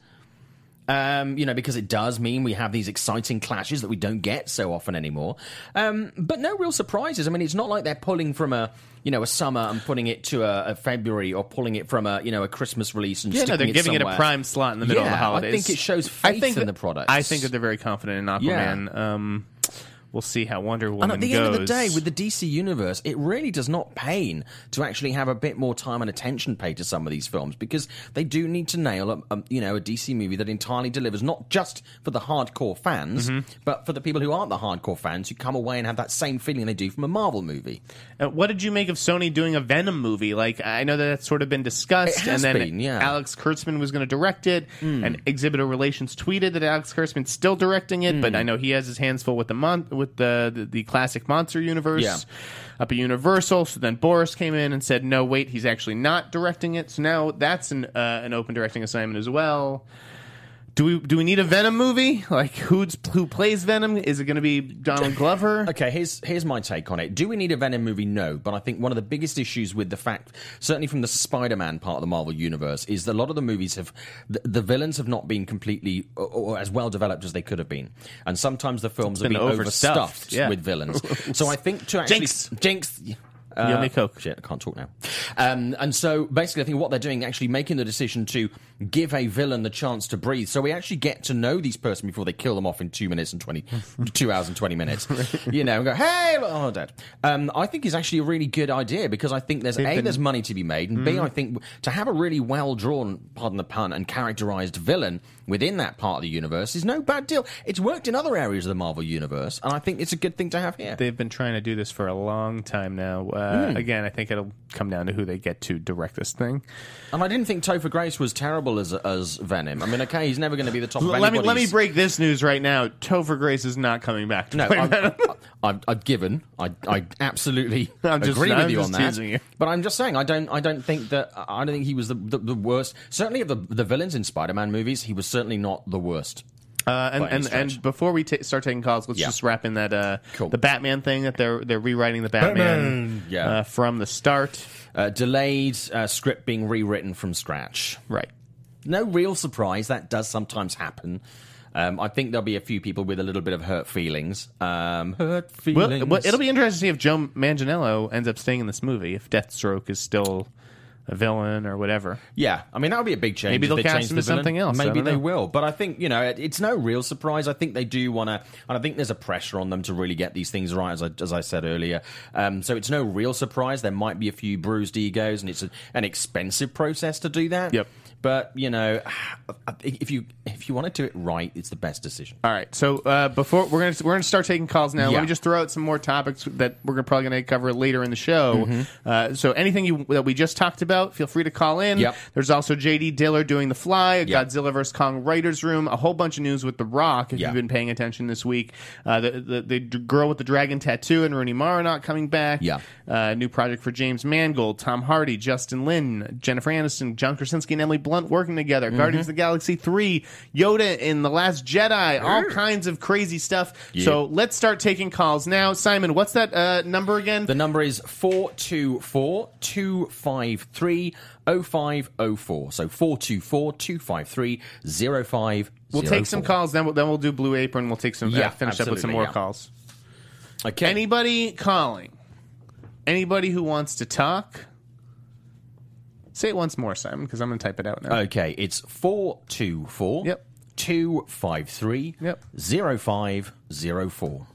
C: Um, you know, because it does mean we have these exciting clashes that we don't get so often anymore. Um, but no real surprises. I mean, it's not like they're pulling from a you know a summer and putting it to a, a February or pulling it from a you know a Christmas release and
A: Yeah, no,
C: sticking
A: they're
C: it
A: giving it
C: somewhere.
A: a prime slot in the middle of
C: Yeah,
A: the holidays.
C: I think it shows
A: I
C: faith
A: think
C: in
A: that-
C: the product.
A: I think that they're very confident in Aquaman. Um, we'll see how Wonder Woman
C: And at the
A: goes.
C: end of the day, with the DC universe, it really does not pain to actually have a bit more time and attention paid to some of these films because they do need to nail a, a you know a DC movie that entirely delivers, not just for the hardcore fans,
A: Mm-hmm.
C: but for the people who aren't the hardcore fans who come away and have that same feeling they do from a Marvel movie.
A: Uh, what did you make of Sony doing a Venom movie? Like, I know that that's sort of been discussed,
C: It has
A: and then
C: been, yeah. Hmm.
A: Alex Kurtzman was going to direct it, and Exhibitor Relations tweeted that Alex Kurtzman's still directing it,
C: Hmm.
A: but I know he has his hands full with the mon- with the, the the classic monster universe
C: Yeah.
A: up at Universal. So then Boris came in and said, "No, wait, he's actually not directing it." So now that's an uh, an open directing assignment as well. Do we do we need a Venom movie? Like who's who plays Venom? Is it going to be Donald Glover?
C: Okay, here's here's my take on it. Do we need a Venom movie? No, but I think one of the biggest issues with the fact, certainly from the Spider-Man part of the Marvel universe, is that a lot of the movies have the, the villains have not been completely or, or as well developed as they could have been, and sometimes the films have
A: been
C: been
A: overstuffed,
C: overstuffed,
A: yeah.
C: with villains. so I think to actually
A: Jinx.
C: Jinx. Uh,
A: Yummy Coke.
C: Shit, I can't talk now. Um, and so basically, I think what they're doing actually making the decision to give a villain the chance to breathe. So we actually get to know these person before they kill them off in two minutes and 20, two hours and 20 minutes. You know, and go, hey, look, oh, dead. Um, I think is actually a really good idea because I think there's, A,
A: been- Mm-hmm.
C: there's money to be made, and B, I think to have a really well drawn, pardon the pun, and characterized villain within that part of the universe is no bad deal. It's worked in other areas of the Marvel universe, and I think it's a good thing to have here.
A: they've been trying to do this for a long time now. Uh, Again, I think it'll come down to who they get to direct this thing.
C: And I didn't think Topher Grace was terrible as as Venom. I mean, okay, he's never going to be the top. of
A: let me let me
C: anybody's-
A: break this news right now. Topher Grace is not coming back. To
C: No,
A: play
C: I've,
A: Venom.
C: I've- I've, I've given. I, I absolutely
A: I'm just-
C: agree
A: I'm
C: with you
A: just
C: on that.
A: teasing you.
C: But I'm just saying, I don't. I don't think that. I don't think he was the the, the worst. Certainly of the the villains in Spider-Man movies, he was certainly not the worst.
A: Uh, and
C: By any
A: and, and
C: stretch.
A: before we ta start taking calls, let's
C: Yeah.
A: just wrap in that uh,
C: Cool.
A: the Batman thing that they're they're rewriting the Batman,
C: Yeah.
A: uh, from the start.
C: Uh, delayed uh, script being rewritten from scratch.
A: Right.
C: no real surprise. That does sometimes happen. Um, I think there'll be a few people with a little bit of hurt feelings. Um, hurt
A: Well,
C: feelings.
A: well, it'll be interesting to see if Joe Manganiello ends up staying in this movie. If Deathstroke is still a villain or whatever.
C: Yeah, I mean that would be a big change.
A: Maybe
C: if
A: they'll
C: they
A: cast
C: change
A: him
C: the
A: as something
C: villain.
A: else, I
C: Maybe
A: don't
C: they
A: know.
C: will, but I think you know it, it's no real surprise. I think they do want to, and I think there's a pressure on them to really get these things right, as I, as I said earlier. Um, so it's no real surprise. There might be a few bruised egos, and it's a, an expensive process to do that.
A: Yep.
C: But you know, if you if you want to do it right, it's the best decision.
A: All right. So uh, before we're gonna we're gonna start taking calls now.
C: Yeah.
A: Let me just throw out some more topics that we're gonna probably gonna cover later in the show.
C: Mm-hmm.
A: Uh, so anything you, that we just talked about, feel free to call in.
C: Yep.
A: There's also JD Diller doing The Fly, a
C: Yep.
A: Godzilla vs Kong writers room, a whole bunch of news with The Rock. If
C: Yeah.
A: you've been paying attention this week, uh, the, the the d- girl with the dragon tattoo and Rooney Mara not coming back.
C: Yeah.
A: Uh, new project for James Mangold, Tom Hardy, Justin Lin, Jennifer Aniston, John Krasinski, and Emily Blunt working together.
C: Mm-hmm.
A: Guardians of the Galaxy 3, Yoda in The Last Jedi, all kinds of crazy stuff. So let's start taking calls now. Simon, what's that uh, number again?
C: The number is 424 253 0504. So 424 253 0504.
A: we'll take some calls, then we'll, then we'll do Blue Apron. We'll take some, yeah,
C: Yeah,
A: finish up with some
C: absolutely,
A: more
C: yeah.
A: calls.
C: Okay.
A: Anybody calling? Anybody who wants to talk? Say it once more, Simon, because I'm going to type it out now.
C: okay, it's 424
A: Yep.
C: 253
A: Yep.
C: 0504.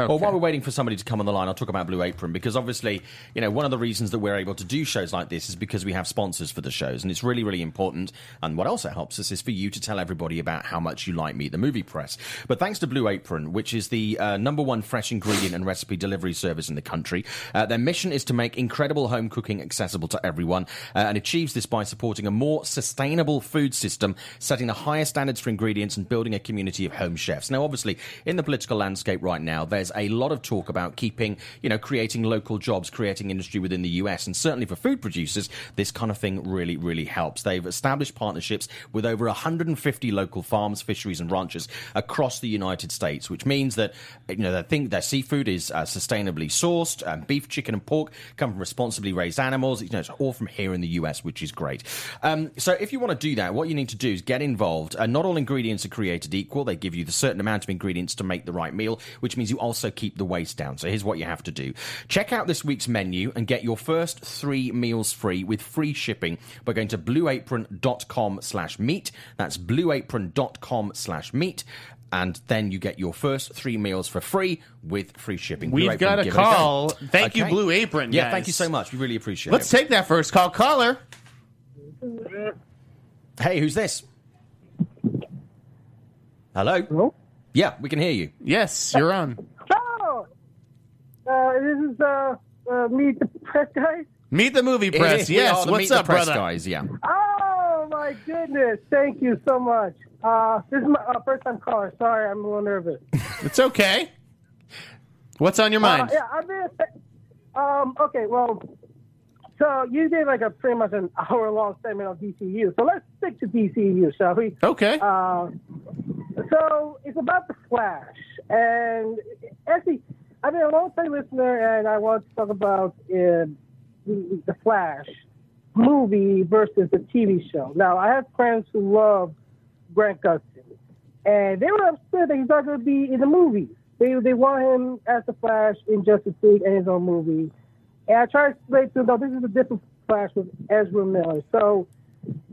C: Well, while we're waiting for somebody to come on the line, I'll talk about Blue Apron because obviously, you know, one of the reasons that we're able to do shows like this is because we have sponsors for the shows, and it's really, really important. And what also helps us is for you to tell everybody about how much you like Meet the Movie Press. But thanks to Blue Apron, which is the uh, number one fresh ingredient and recipe delivery service in the country, uh, their mission is to make incredible home cooking accessible to everyone, uh, and achieves this by supporting a more sustainable food system, setting the highest standards for ingredients, and building a community of home chefs. Now, obviously, in the political landscape right now, there's a lot of talk about keeping, you know, creating local jobs, creating industry within the US. And certainly for food producers, this kind of thing really, really helps. They've established partnerships with over 150 local farms, fisheries, and ranchers across the United States, which means that, you know, they think their seafood is uh, sustainably sourced. Um, beef, chicken, and pork come from responsibly raised animals. You know, it's all from here in the US, which is great. Um, so if you want to do that, what you need to do is get involved. Uh, not all ingredients are created equal. They give you the certain amount of ingredients to make the right meal, which means you also keep the waste down. So here's what you have to do. Check out this week's menu and get your first three meals free with free shipping by going to blueapron.com slash meat. That's blueapron.com slash meat. And then you get your first three meals for free with free shipping. Blue
A: We've
C: Apron,
A: got a
C: give it
A: call.
C: go.
A: Thank you, Blue Apron,
C: Yeah,
A: guys.
C: thank you so much. We really appreciate
A: Let's
C: it.
A: take that first call. Caller.
C: hey, who's this? Hello?
E: Hello?
C: Yeah, we can hear you.
A: Yes, you're on.
E: Oh! Uh, this is uh, uh, meet the press guy.
A: Meet the movie press.
C: It is. We are
A: yes.
C: the Meet
A: What's
C: the
A: up,
C: press
A: brother?
C: Guys, yeah.
E: Oh my goodness! Thank you so much. Uh, this is my uh, first time caller. Sorry, I'm a little nervous.
A: It's okay. What's on your
E: Uh,
A: mind?
E: yeah, I've been. Um, okay, well, so you did like a pretty much an hour long segment on DCU. So let's stick to DCU, shall we?
A: Okay.
E: Uh, so it's about the Flash, and actually, I've been a long time listener, and I want to talk about uh, the, the Flash movie versus the TV show. Now, I have friends who love Grant Gustin, and they were upset that he's not going to be in the movies. They they want him as the Flash in Justice League and his own movie. And I tried to explain to them, no, this is a different Flash with Ezra Miller. So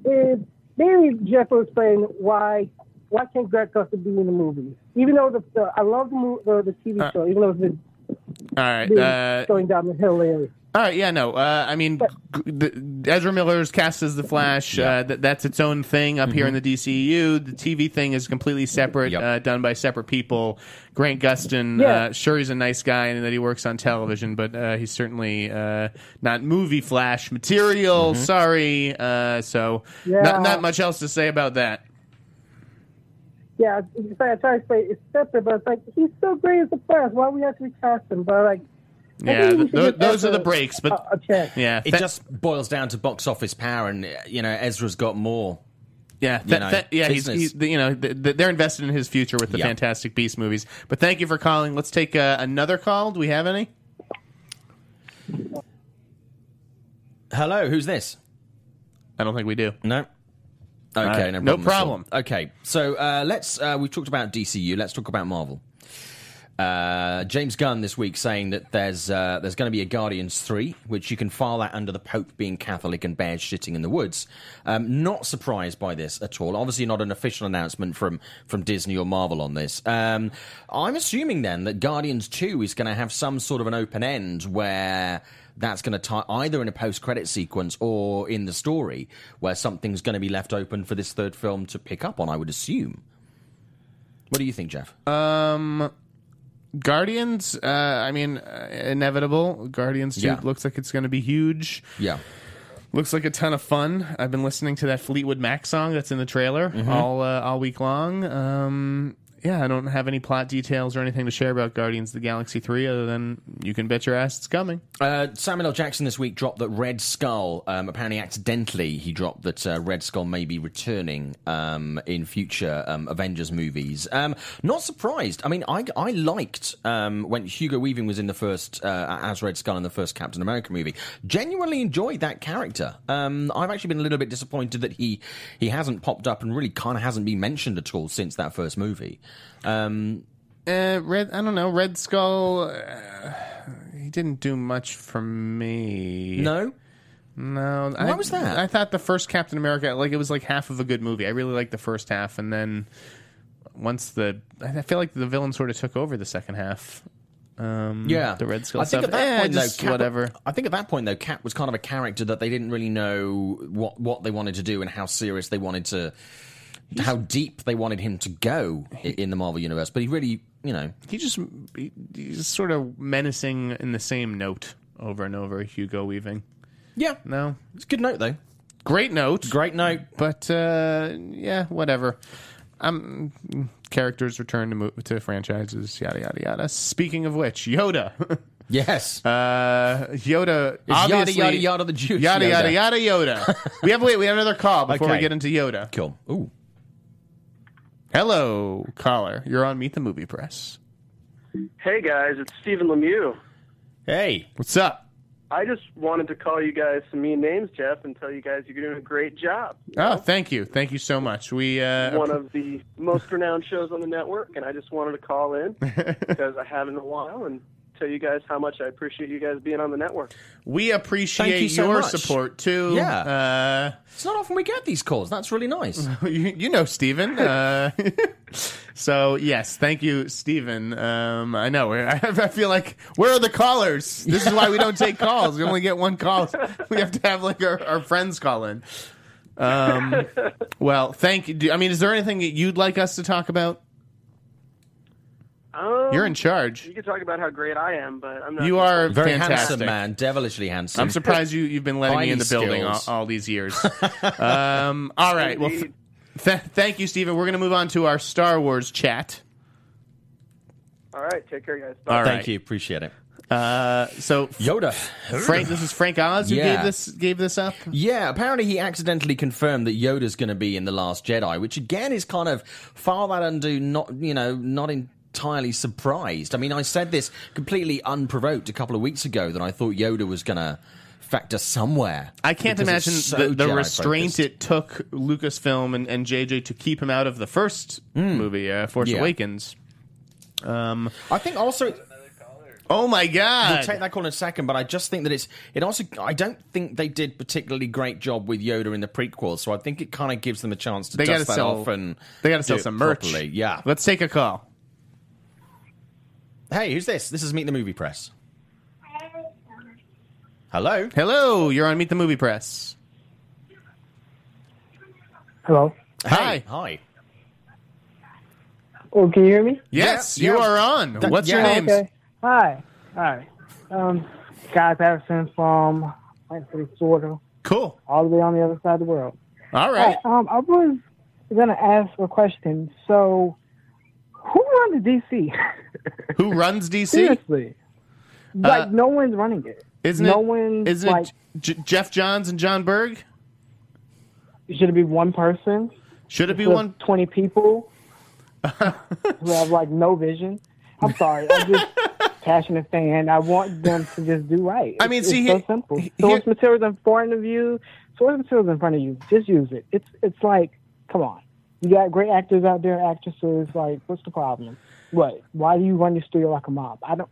E: is maybe Jeff will explain why why can't Greg Gustin be in the movie? Even though the, the I love the, mo- the the TV show, even though it's been,
A: all right.
E: been
A: Uh,
E: going down the hill lately.
A: all right. Yeah. No. Uh, I mean, g- the, Ezra Miller's cast as the Flash. Uh, th- that's its own thing up here in the DCU. The TV thing is completely separate,
C: Mm-hmm. Yep.
A: uh, done by separate people. Grant Gustin.
E: Yeah.
A: Uh, sure, he's a nice guy and that he works on television, but uh, he's certainly uh, not movie Flash material.
C: Mm-hmm.
A: Sorry. Uh, so
E: Yeah.
A: not not much else to say about that.
E: Yeah, it's like I try to explain it's separate, but it's like he's so great as the Flash. Why we have to recast him? But like, I
A: Yeah,
E: think Uh, we
A: th-
E: should
A: tho-
E: give
A: those are
E: Ezra
A: the breaks, but
E: a, a chance.
A: yeah,
C: It
A: th-
C: just boils down to box office power, and uh, you know Ezra's got more.
A: Yeah, th-
C: know,
A: th- yeah, he's,
C: business.
A: he's you know th- th- they're invested in his future with the
C: Yeah.
A: Fantastic Beast movies. But thank you for calling. Let's take uh, another call. Do we have any?
C: Hello, who's this?
A: I don't think we do.
C: No. Okay,
A: right,
C: no problem.
A: no
C: at all.
A: problem.
C: Okay, so uh, let's uh, we've talked about DCU. Let's talk about Marvel. Uh, James Gunn this week saying that there's uh, there's going to be a Guardians three, which you can file that under the Pope being Catholic and bears shitting in the woods. Um, not surprised by this at all. Obviously, not an official announcement from from Disney or Marvel on this. Um, I'm assuming then that Guardians two is going to have some sort of an open end where that's going to tie either in a post credit sequence or in the story where something's going to be left open for this third film to pick up on. I would assume. What do you think, Jeff?
A: Guardians. Uh, I mean, uh, inevitable. Guardians two
C: Yeah.
A: looks like it's going to be huge.
C: yeah.
A: Looks like a ton of fun. I've been listening to that Fleetwood Mac song that's in the trailer
C: Mm-hmm.
A: all uh, all week long. Um, yeah, I don't have any plot details or anything to share about Guardians of the Galaxy three other than you can bet your ass it's coming.
C: Uh, Samuel L. Jackson this week dropped that Red Skull. Um, apparently, accidentally, he dropped that uh, Red Skull may be returning um, in future um, Avengers movies. Um, not surprised. I mean, I, I liked um, when Hugo Weaving was in the first uh, as Red Skull in the first Captain America movie. Genuinely enjoyed that character. Um, I've actually been a little bit disappointed that he he hasn't popped up and really kind of hasn't been mentioned at all since that first movie.
A: Uh, Red, I don't know. Red Skull, uh, he didn't do much for me.
C: No.
A: no. Why
C: was that?
A: I thought the first Captain America, like it was like half of a good movie. I really liked the first half, and then once the, I feel like the villain sort of took over the second half. Um,
C: yeah,
A: the Red Skull
C: I
A: stuff.
C: think at that
A: Eh,
C: point,
A: just
C: though, Cap,
A: whatever.
C: I think at that point though, Cap was kind of a character that they didn't really know what what they wanted to do and how serious they wanted to, how deep they wanted him to go i- in the Marvel universe. But he really, you know,
A: He just he- he's sort of menacing in the same note over and over. Hugo Weaving.
C: yeah,
A: No,
C: it's a good note though.
A: great note.
C: Great note.
A: but uh, yeah, whatever. Um, characters return to mo- to franchises, yada yada yada. Speaking of which, Yoda,
C: Yes,
A: uh, Yoda,
C: yada
A: obviously-
C: yada yada the juice.
A: yada yada
C: Yoda.
A: yada Yoda. we have wait, we have another call before we
C: Okay.
A: get into Yoda.
C: cool. Ooh,
A: Hello, caller, you're on Meet the Movie Press.
F: Hey guys, it's Stephen Lemieux.
C: hey,
A: What's up?
F: I just wanted to call you guys some mean names, Jeff, and tell you guys you're doing a great job.
A: Oh, thank you, thank you so much. We uh,
F: One of the most renowned shows on the network, and I just wanted to call in because I haven't in a while and tell you guys how much I appreciate you guys being on the network.
A: we appreciate
C: Thank you so
A: your
C: much.
A: support too.
C: Yeah.
A: Uh,
C: it's not often we get these calls. That's really nice.
A: you, you know Stephen. Uh, so yes, thank you, Stephen. Um, I know. I, I feel like where are the callers? This is why we don't take calls. We only get one call. We have to have like our, our friends call in. Um, well, thank you. Do- I mean, is there anything that you'd like us to talk about?
F: Um,
A: You're in charge.
F: You can talk about how great I am, but I'm not.
A: You are
C: Very
A: fantastic.
C: handsome man, devilishly handsome.
A: I'm surprised you, you've been letting me
C: Body
A: in the building all,
C: skills.
A: all these years. um, all right. Well, th-
F: Indeed.
A: th- thank you, Stephen. We're going to move on to our Star Wars chat.
F: All right, take care, guys.
A: All
F: Bye.
A: right.
C: Thank you, appreciate it.
A: Uh, So
C: Yoda,
A: Frank, this is Frank Oz who
C: Yeah.
A: gave this gave this up.
C: Yeah, apparently he accidentally confirmed that Yoda's going to be in the Last Jedi, which again is kind of far that undo not you know not entirely surprised. I mean, I said this completely unprovoked a couple of weeks ago that I thought Yoda was going to factor somewhere.
A: I can't
C: because it's
A: imagine
C: so
A: the, the
C: Jedi
A: restraint
C: focused.
A: it took Lucasfilm and, and JJ to keep him out of the first movie, uh, Force
C: Mm. Yeah.
A: Awakens. Um,
C: I think also
A: oh my
C: I'll
A: god!
C: take that call in a second, but I just think that it's it also I don't think they did particularly great job with Yoda in the prequel, so I think it kind of gives them a chance to
A: they got
C: dust
A: to
C: that
A: sell.
C: off and
A: They got to sell
C: do it
A: some merch.
C: properly. Yeah.
A: let's take a call.
C: Hey, who's this? This is Meet the Movie Press. Hello.
A: Hello, you're on Meet the Movie Press.
E: Hello.
A: Hi.
C: Hi.
E: Oh, can you hear me?
A: Yes,
C: Yeah,
A: you
C: yeah.
A: are on.
C: That-
A: What's your
C: yeah.
A: name?
E: Okay. Hi. Hi. Um, Guy Patterson from Lancaster, Florida,
A: Cool.
E: all the way on the other side of the world.
A: All right.
E: Hi, um, I was gonna ask a question. So, who runs DC?
A: Who runs DC?
E: Seriously, like no one's running it.
A: Uh, Isn't
E: no
A: it?
E: one's
A: isn't
E: like
A: it J- Jeff Johns and John Berg?
E: should it be one person?
A: Should it be
E: with
A: one?
E: twenty people who have like no vision. I'm sorry, I'm just passionate fan. I want them to just do right.
A: I mean,
E: it's,
A: see,
E: it's
A: here-
E: so simple.
A: here-
E: Source materials in front of you. Source materials in front of you. Just use it. It's it's like, come on, you got great actors out there, actresses. Like, what's the problem? What? Why do you run your studio like a mob? I don't.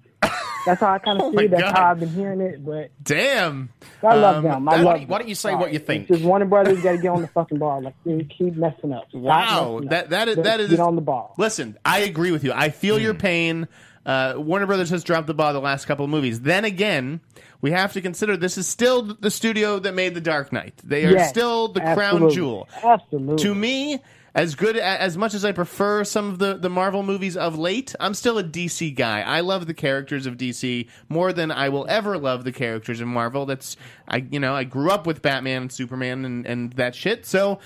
E: That's how I kind of
A: Oh
E: see
A: my
E: it. That's
A: God.
E: how I've been hearing it, but
A: Damn.
E: I love
A: Um,
E: them.
C: that-
E: I love
C: why don't- why don't you say
E: them.
C: what you
E: Sorry.
C: think?
E: It's just Warner Brothers got to get on the fucking ball. Like you keep messing up. Stop
A: Wow,
E: messing up.
A: that that is
E: Just
A: that is
E: get on the ball.
A: Listen, I agree with you. I feel
E: Hmm.
A: your pain. Uh, Warner Brothers has dropped the ball the last couple of movies. Then again, we have to consider this is still the studio that made The Dark Knight. They are
E: Yes,
A: still the crown
E: absolutely.
A: jewel.
E: Absolutely.
A: To me, as good as much as I prefer some of the the Marvel movies of late, I'm still a DC guy. I love the characters of DC more than I will ever love the characters in Marvel. That's I you know I grew up with Batman and Superman and and that shit. So.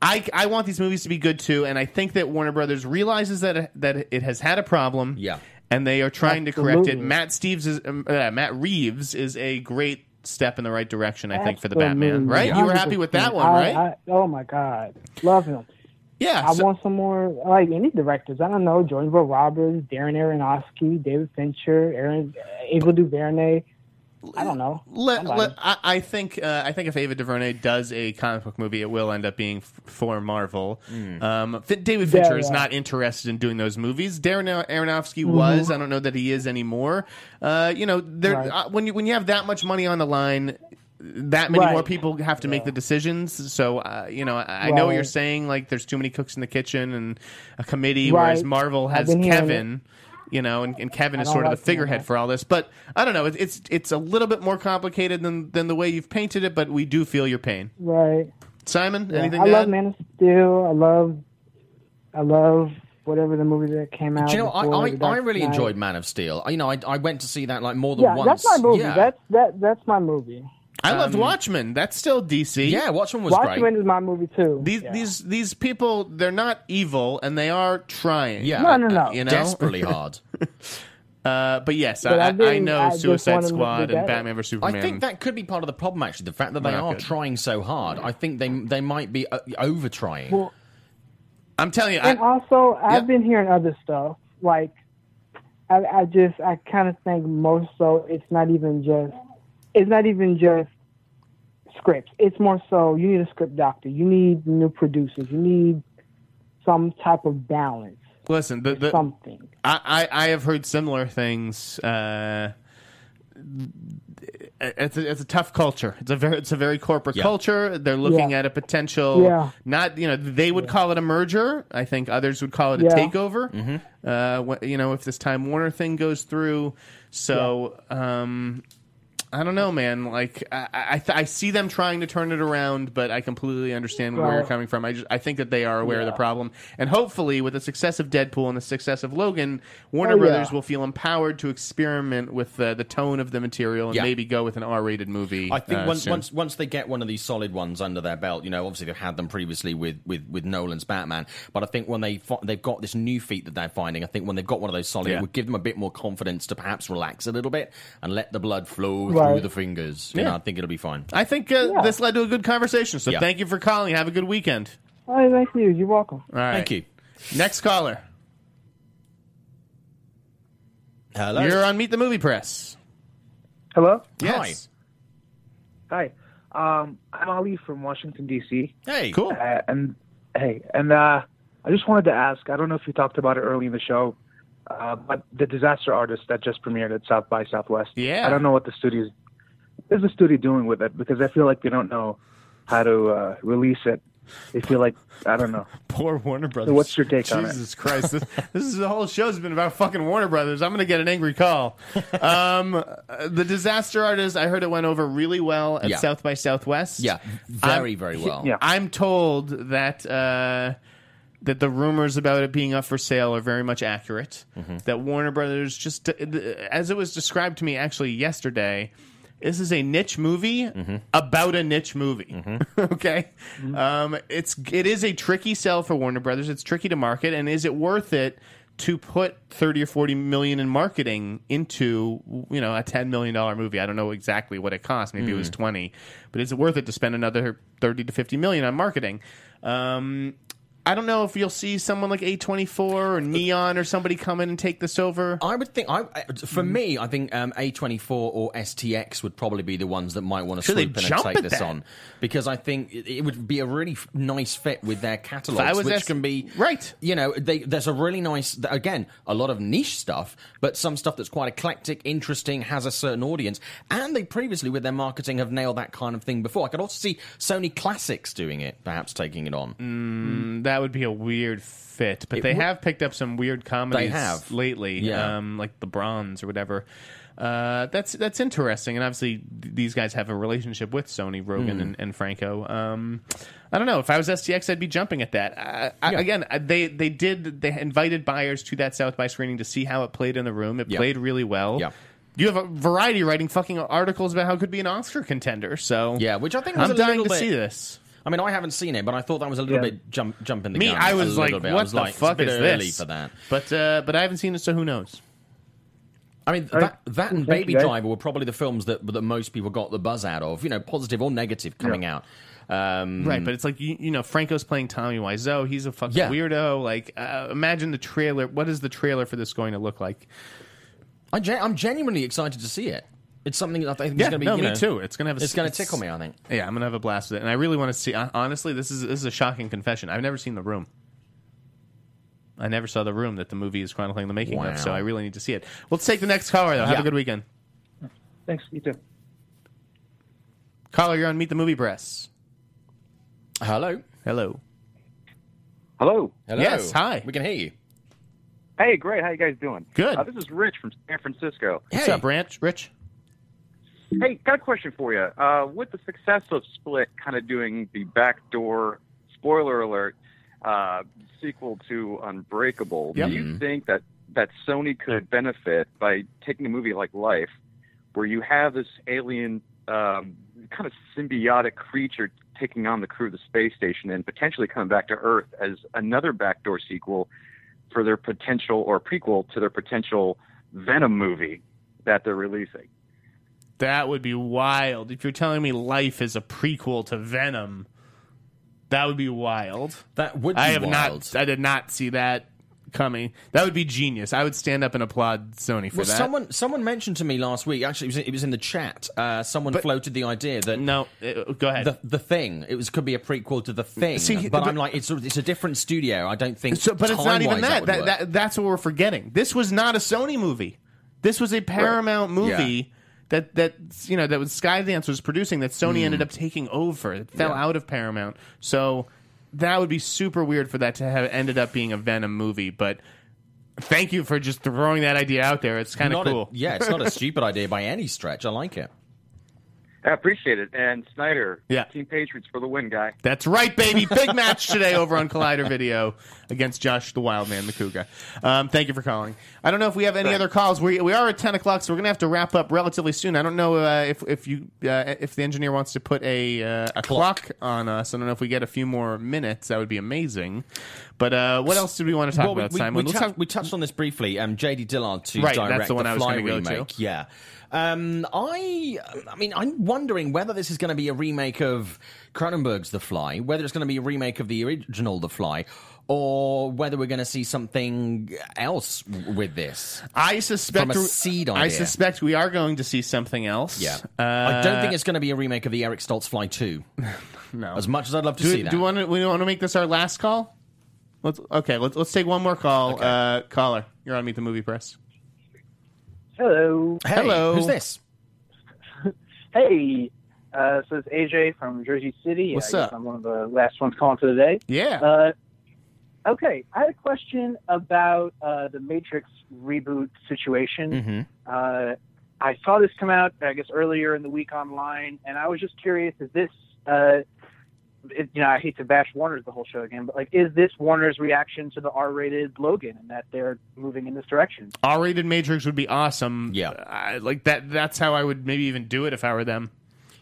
A: I, I want these movies to be good too, and I think that Warner Brothers realizes that that it has had a problem.
C: Yeah.
A: and they are trying to correct it.
E: Absolutely.
A: Matt Steves is um, uh, Matt Reeves is a great step in the right direction. I think for the Batman, right?
E: Absolutely.
A: You were happy with that one,
E: I-
A: right?
E: I- oh my god, love him.
A: yeah,
E: I
A: so-
E: want some more like any directors. I don't know Jordan Bell Roberts, Darren Aronofsky, David Fincher, Aaron Ava DuVernay. I don't know.
A: Let,
E: Somebody.
A: let, I, I think uh, I think if Ava DuVernay does a comic book movie, it will end up being f- for Marvel. Um, F- David
E: Yeah,
A: Fincher is
E: yeah. Mm-hmm.
A: not interested in doing those movies. Darren Ar- Aronofsky was. I don't know that he is anymore. Uh, you know, there
E: Right.
A: uh, when you when you have that much money on the line. That many
E: Right.
A: more people have to make the decisions, so uh, you know I, I know what
E: Right.
A: you're saying. Like, there's too many cooks in the kitchen and a committee, whereas
E: Right.
A: Marvel
E: I've
A: has
E: been hearing
A: Kevin. you know, and, and Kevin is
E: don't
A: sort of the
E: like seeing
A: figurehead
E: that.
A: for all this. But I don't know. It, it's it's a little bit more complicated than than the way you've painted it, but we do feel your pain.
E: Right.
A: Simon,
E: Yeah.
A: anything?
E: I
A: to
E: love
A: add?
E: Man of Steel. I love, I love whatever the movie that came out.
C: Do you know, I,
E: before,
C: I,
E: The Dark
C: I really
E: Knight.
C: enjoyed Man of Steel. I- You know, I, I went to see that like more than
E: Yeah,
C: once.
E: that's my movie.
C: Yeah,
E: That's that. That's my movie.
A: I loved Watchmen. That's still DC.
C: Um, yeah Watchmen was
E: Watchmen
C: great.
E: is my movie too.
A: These
E: Yeah.
A: these these people, they're not evil, and they are trying.
C: Yeah,
E: No, no, no.
A: You know?
C: desperately hard.
A: Uh, but yes,
E: But
A: I,
E: I
A: I,
E: didn't-
A: know
E: I just
A: Suicide
E: wanted to
A: Squad
E: get
A: and
E: it.
A: Batman vs
C: I
A: Superman.
C: think that could be part of the problem. Actually, the fact that they
A: Not
C: are
A: good.
C: trying so hard, I think they they might be uh, over trying.
E: Well,
A: I'm telling you,
E: and
A: I,
E: also I've
A: yeah.
E: been hearing other stuff. Like, I, I just I kind of think most so it's not even just it's not even just scripts. It's more so you need a script doctor. You need new producers. You need some type of balance.
A: listen. The, the,
E: Something.
A: I, I, I have heard similar things. Uh, it's, a, it's a tough culture. It's a very it's a very corporate
C: Yeah.
A: culture. They're looking
E: Yeah.
A: at a potential
E: Yeah.
A: not you know they would call it a merger. I think others would call it a
E: Yeah.
A: takeover. Uh, wh- you know if this Time Warner thing goes through. So um, I don't know, man. Like I I, th- I see them trying to turn it around, but I completely understand where you're
E: Right.
A: coming from. I just I think that they are aware of the problem, and hopefully with the success of Deadpool and the success of Logan, Warner
E: Oh, yeah.
A: Brothers will feel empowered to experiment with the, the tone of the material and
C: Yeah.
A: maybe go with an R-rated movie.
C: I think
A: uh,
C: once,
A: soon.
C: once once they get one of these solid ones under their belt, you know, obviously they've had them previously with, with, with Nolan's Batman, but I think when they fi- they've got this new feat that they're finding, I think when they've got one of those solid,
A: Yeah.
C: it would give them a bit more confidence to perhaps relax a little bit and let the blood flow through
E: Right.
C: the fingers. You
A: Yeah.
C: know, I think it'll be fine.
A: I think uh,
E: Yeah.
A: this led to a good conversation. So
C: Yeah.
A: thank you for calling. Have a good weekend.
E: Oh, thank you. You're welcome.
A: All right.
C: Thank you.
A: Next caller.
C: Hello.
A: You're on Meet the Movie Press.
G: Hello.
A: Yes.
G: Hi. Um, I'm Ali from Washington D.C.
C: Hey.
A: Cool.
G: Uh, and hey, and uh, I just wanted to ask. I don't know if you talked about it early in the show, uh, but the Disaster Artist that just premiered at South by Southwest.
A: Yeah.
G: I don't know what the studio's what is the studio doing with it because I feel like they don't know how to uh, release it. They feel like I don't know.
A: Poor Warner Brothers.
G: what's your take
A: Jesus
G: on it?
A: Jesus Christ. This, this is the whole show's been about fucking Warner Brothers. I'm going to get an angry call. Um, uh, the Disaster Artist, I heard it went over really well at
C: Yeah.
A: South by Southwest.
C: Yeah. Very
A: I'm-
C: very well.
G: Yeah.
A: I'm told that uh, that the rumors about it being up for sale are very much accurate. That Warner Brothers just, uh, as it was described to me actually yesterday, this is a niche movie about a niche movie. okay, um, it's it is a tricky sell for Warner Brothers. It's tricky to market, and is it worth it? To put thirty or forty million in marketing into you know a ten million dollar movie, I don't know exactly what it cost. Maybe it was twenty, but is it worth it to spend another thirty to fifty million on marketing? Um, I don't know if you'll see someone like A24 or Neon or somebody come in and take this over.
C: I would think. I I-
A: Mm.
C: for me, I think um, A24 or STX would probably be the ones that might want to
A: Should they
C: swoop in and
A: jump
C: take
A: at
C: this
A: that?
C: on because I think it, it would be a really f- nice fit with their catalogs,
A: If I was
C: which
A: S-
C: can be
A: Right.
C: You know, they, there's a really nice th- again a lot of niche stuff, but some stuff that's quite eclectic, interesting, has a certain audience, and they previously with their marketing have nailed that kind of thing before. I could also see Sony Classics doing it, perhaps taking it on.
A: Mm. That would be a weird fit, but they have picked up some weird comedies
C: They have.
A: lately,
C: Yeah.
A: um, like The Bronze or whatever. Uh, that's that's interesting, and obviously th- these guys have a relationship with Sony,
C: Hmm.
A: Rogan, and, and Franco. Um, I don't know if I was STX, I'd be jumping at that. I, I, Again, I- they they did they invited buyers to that South by screening to see how it played in the room. It
C: Yeah.
A: played really well.
C: Yeah.
A: You have a variety writing fucking articles about how it could be an Oscar contender. So
C: Yeah, which I think was
A: I'm
C: a
A: dying
C: little
A: to
C: bit-
A: see this.
C: I mean, I haven't seen it, but I thought that was a little
G: Yeah.
C: bit jump jump in the
A: Me,
C: gun.
A: I
C: a
A: was like,
C: little bit. I
A: what
C: was
A: the
C: like, it's
A: fuck
C: a bit
A: is
C: early
A: this?
C: for that?
A: But uh, but I haven't seen it, so who knows?
C: I mean,
G: Right.
C: that, that and
G: Thank
C: Baby
G: you, guys.
C: Driver were probably the films that that most people got the buzz out of. You know, positive or negative coming out. Um,
A: Right, but it's like you, you know, Franco's playing Tommy Wiseau. He's a fucking
C: Yeah.
A: weirdo. Like, uh, imagine the trailer. What is the trailer for this going to look like?
C: I gen- I'm genuinely excited to see it. It's something that I think is
A: Yeah,
C: going to be.
A: no,
C: you
A: me
C: know,
A: too. It's gonna have. A,
C: It's going to tickle me. I think.
A: Yeah, I'm gonna have a blast with it, and I really want to see. hon- Honestly, this is this is a shocking confession. I've never seen The Room. I never saw The Room that the movie is chronicling the making
C: Wow.
A: of, so I really need to see it. Let's take the next caller though. Have
C: Yeah.
A: a good weekend,
G: Thanks. You too.
A: caller. You're on Meet the Movie Press.
C: Hello.
A: Hello.
H: Hello.
C: Hello.
A: Yes, hi.
C: We can hear you.
H: Hey, great. How you guys doing?
A: Good.
H: Uh, this is Rich from San Francisco.
A: What's
C: Hey.
A: up, Ranch? Rich?
H: Hey, got a question for you. Uh, with the success of Split kind of doing the backdoor spoiler alert uh, sequel to Unbreakable,
A: Yep. Mm-hmm.
H: do you think that, that Sony could benefit by taking a movie like Life, where you have this alien um, kind of symbiotic creature taking on the crew of the space station and potentially coming back to Earth as another backdoor sequel for their potential or prequel to their potential Venom movie that they're releasing?
A: That would be wild. If you're telling me life is a prequel to Venom, that would be wild.
C: That would be
A: I have
C: wild.
A: not. I did not see that coming. That would be genius. I would stand up and applaud Sony for
C: well,
A: that.
C: someone someone mentioned to me last week. Actually, it was, it was in the chat. Uh, someone floated the idea that
A: no, uh, go ahead.
C: the the thing it was could be a prequel to the thing.
A: See,
C: but,
A: but-
C: I'm like, it's a, it's a different studio. I don't think.
A: so, but it's not even
C: time-wise
A: that.
C: That,
A: That, that, that's what we're forgetting. This was not a Sony movie. This was a Paramount movie that that you know that was Skydance was producing that Sony
C: Mm.
A: ended up taking over. It fell out of Paramount. So that would be super weird for that to have ended up being a Venom movie. But thank you for just throwing that idea out there. It's kind of
C: Not a-
A: cool.
C: yeah, it's not a stupid idea by any stretch. I like it.
H: I appreciate it. And Snyder,
A: Yeah.
H: Team Patriots for the win, guy.
A: That's right, baby. Big match today over on Collider Video against Josh the Wildman, the Cougar. Um, thank you for calling. I don't know if we have any other calls. We, we are at 10 o'clock, so we're going to have to wrap up relatively soon. I don't know uh, if, if, you, uh, if the engineer wants to put a, uh, a clock. on us. I don't know if we get a few more minutes. That would be amazing. But uh, what else did we want to talk
C: Well, we-
A: about,
C: we,
A: Simon?
C: we
A: Let's
C: tou-
A: talk-
C: we touched on this briefly. Um, JD Dillard to
A: Right, that's
C: direct
A: the one I was
C: Fly
A: gonna go to.
C: remake. Yeah. Um, I, I mean, I'm wondering whether this is going to be a remake of Cronenberg's The Fly, whether it's going to be a remake of the original The Fly, or whether we're going to see something else w- with this.
A: I suspect
C: from a seed
A: I
C: idea.
A: suspect we are going to see something else. Uh,
C: I don't think it's going to be a remake of the Eric Stoltz Fly Two. no. As much as I'd love to
A: Do,
C: see that.
A: do you want to, we want to make this our last call? Let's okay. Let's let's take one more call. Uh, caller, you're on Meet the Movie Press.
E: Hello.
C: Hey,
A: Hello.
C: Who's this?
E: Hey, uh, so it's AJ from Jersey City.
A: What's
E: I guess
A: up?
E: I'm one of the last ones calling for the day.
A: Yeah.
E: Uh, okay, I had a question about uh, the Matrix reboot situation.
A: Mm-hmm.
E: Uh, I saw this come out, I guess, earlier in the week online, and I was just curious: is this, uh, it, you know, I hate to bash Warner's the whole show again, but like, is this Warner's reaction to the R-rated Logan and that they're moving in this direction?
A: R-rated Matrix would be awesome.
C: Yeah.
A: I, like that. That's how I would maybe even do it if I were them.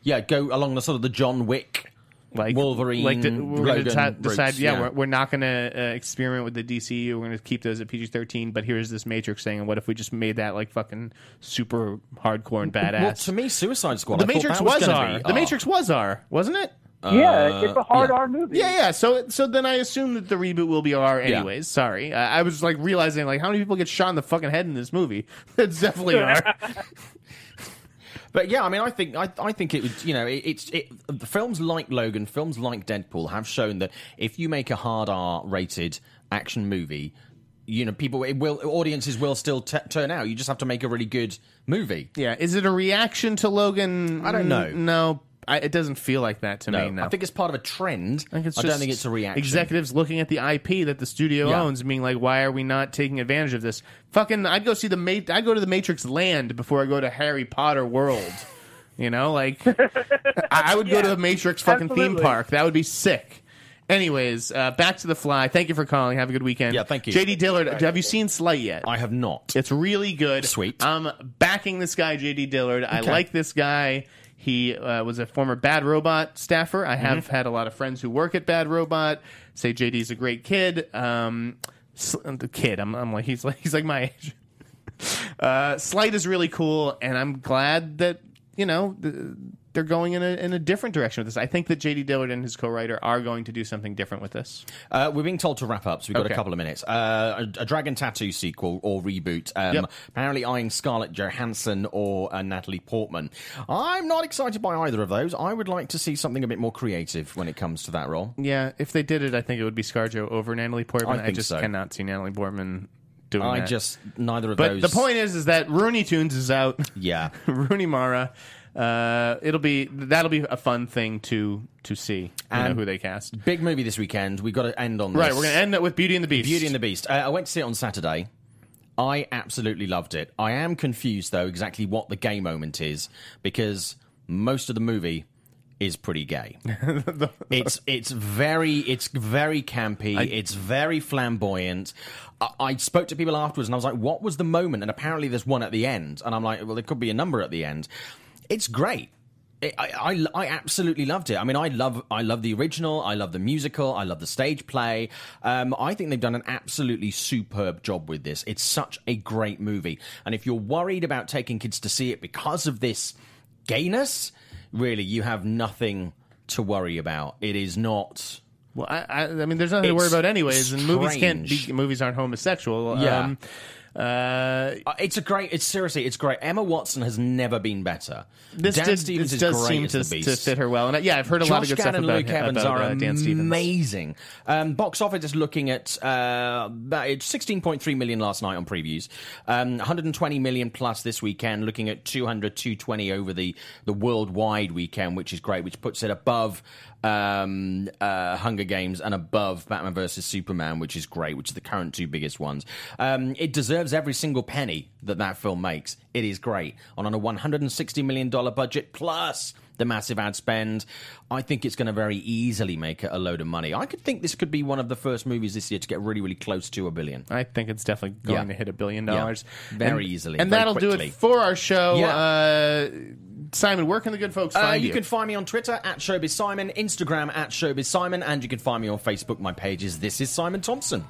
C: Yeah, go along the sort of the John Wick.
A: Like
C: Wolverine,
A: Like the- we're
C: Logan
A: gonna deci- decide.
C: routes,
A: yeah,
C: yeah.
A: We're, we're not going to uh, experiment with the DCU. We're going to keep those at PG-13. But here's this Matrix thing. And what if we just made that like fucking super hardcore and badass?
C: Well, to me, Suicide Squad.
A: the
C: I thought
A: Matrix
C: that was,
A: was
C: gonna
A: R.
C: be oh.
A: The Matrix was R, wasn't it?
E: yeah, it's a hard
C: yeah.
E: R movie.
A: Uh, Yeah, yeah. So, so then I assume that the reboot will be R, anyways. Sorry, I, I was like realizing like how many people get shot in the fucking head in this movie. It's definitely R.
C: But yeah, I mean, I think I, I think it would. You know, it, it's it, the films like Logan, films like Deadpool have shown that if you make a hard R rated action movie, you know, people it will audiences will still t- turn out. You just have to make a really good movie.
A: yeah. Is it a reaction to Logan?
C: I don't know.
A: No, I, it doesn't feel like that to me. No,
C: I think it's part of a trend.
A: I
C: I,
A: think it's
C: don't
A: just
C: think it's a reaction.
A: Executives looking at the IP that the studio
C: Yeah.
A: owns, and being like, "Why are we not taking advantage of this?" Fucking, I'd go see the Ma- I go to the Matrix Land before I go to Harry Potter World. you know, like I, I would go to the Matrix fucking theme
E: absolutely.
A: park. That would be sick. Anyways, uh, back to the fly. Thank you for calling. Have a good weekend.
C: Yeah, thank you.
A: JD Dillard, have you seen Slight yet?
C: I have not.
A: It's really good.
C: Sweet.
A: I'm backing this guy, JD Dillard. I like this guy. He uh, was a former Bad Robot staffer. I have had a lot of friends who work at Bad Robot say JD's a great kid. Um, s- the kid, I'm, I'm like he's like he's like my age. Uh, Slight is really cool, and I'm glad that you know th- they're going in a in a different direction with this. I think that JD Dillard and his co-writer are going to do something different with this.
C: Uh, we're being told to wrap up, so we've got
A: Okay.
C: a couple of minutes. Uh, a, a Dragon Tattoo sequel or reboot, um,
A: Yep.
C: apparently eyeing Scarlett Johansson or uh, Natalie Portman. I'm not excited by either of those. I would like to see something a bit more creative when it comes to that role.
A: Yeah, if they did it, I think it would be ScarJo over Natalie Portman.
C: I
A: I,
C: think
A: just
C: so.
A: cannot see Natalie Portman doing
C: I
A: that.
C: just neither of
A: but
C: those.
A: the point is, is that Rooney Tunes is out.
C: yeah.
A: Rooney Mara. Uh, it'll be that'll be a fun thing to to see. You know
C: And-
A: who they cast.
C: Big movie this weekend. We've got to end on this.
A: Right, we're gonna end up with Beauty and the Beast.
C: Beauty and the Beast. Uh, I went to see it on Saturday. I absolutely loved it. I am confused though exactly what the gay moment is because most of the movie is pretty gay. it's it's very it's very campy. it's very flamboyant. I, I spoke to people afterwards and I was like, "What was the moment?" And apparently, there's one at the end, and I'm like, "Well, there could be a number at the end." It's great. It, I, I I absolutely loved it. I mean, I love I love the original. I love the musical. I love the stage play. Um, I think they've done an absolutely superb job with this. It's such a great movie. And if you're worried about taking kids to see it because of this gayness, really, you have nothing to worry about. It is not.
A: Well, I, I, I mean, there's nothing to worry
C: It's
A: about, anyways. And movies can't
C: strange.
A: be movies aren't homosexual.
C: Yeah.
A: Um, uh,
C: uh, It's a great. It's seriously, it's great. Emma Watson has never been better.
A: this,
C: Dan
A: did,
C: Stevens
A: this
C: is
A: does
C: great
A: seem
C: as
A: to,
C: the beast.
A: to fit her well, and I, yeah, I've heard a lot of
C: Josh
A: good stuff
C: Gadd and
A: about,
C: Luke Evans
A: about
C: are
A: uh, Dan Stevens.
C: amazing. Um, box office is looking at uh, about- it's 16.3 million last night on previews, um, 120 million plus this weekend. Looking at 200, 220 over the the worldwide weekend, which is great, which puts it above um, uh, Hunger Games and above Batman versus Superman, which is great, which are the current two biggest ones. Um, it deserves every single penny that that film makes. It is great on on a 160 million dollar budget plus the massive ad spend, I think it's going to very easily make it a load of money. I could think this could be one of the first movies this year to get really, really close to a billion.
A: I think it's definitely going
C: Yeah.
A: to hit a billion
C: Yeah.
A: dollars
C: Very
A: And-
C: easily,
A: and
C: very
A: that'll do
C: quickly.
A: it for our show.
C: Yeah.
A: Uh, Simon, where can the good folks
C: Uh,
A: find
C: you,
A: you?
C: can find me on Twitter at Showbiz Simon, Instagram at Showbiz Simon, and you can find me on Facebook. My page is This Is Simon Thompson.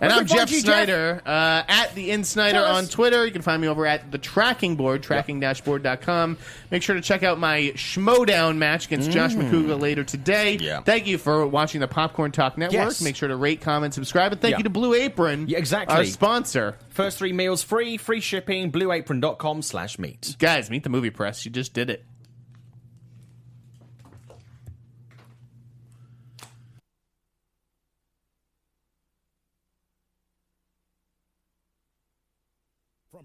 A: and
C: Where
A: I'm
C: can we
A: Jeff
C: find you, Jeff?
A: Snyder Uh, at the In Snyder
C: Tell us.
A: on Twitter. You can find me over at the Tracking Board, tracking-board.com. Make sure to check out my Schmodown match against Josh McCouga later today.
C: Mm. Yeah.
A: Thank you for watching the Popcorn Talk Network.
C: Yes.
A: Make sure to rate, comment, subscribe, and thank
C: Yeah.
A: you to Blue Apron,
C: Yeah, exactly.
A: our sponsor.
C: First three meals free, free shipping, blueapron.com slash meat.
A: Guys, meet the movie press. You just did it.
B: From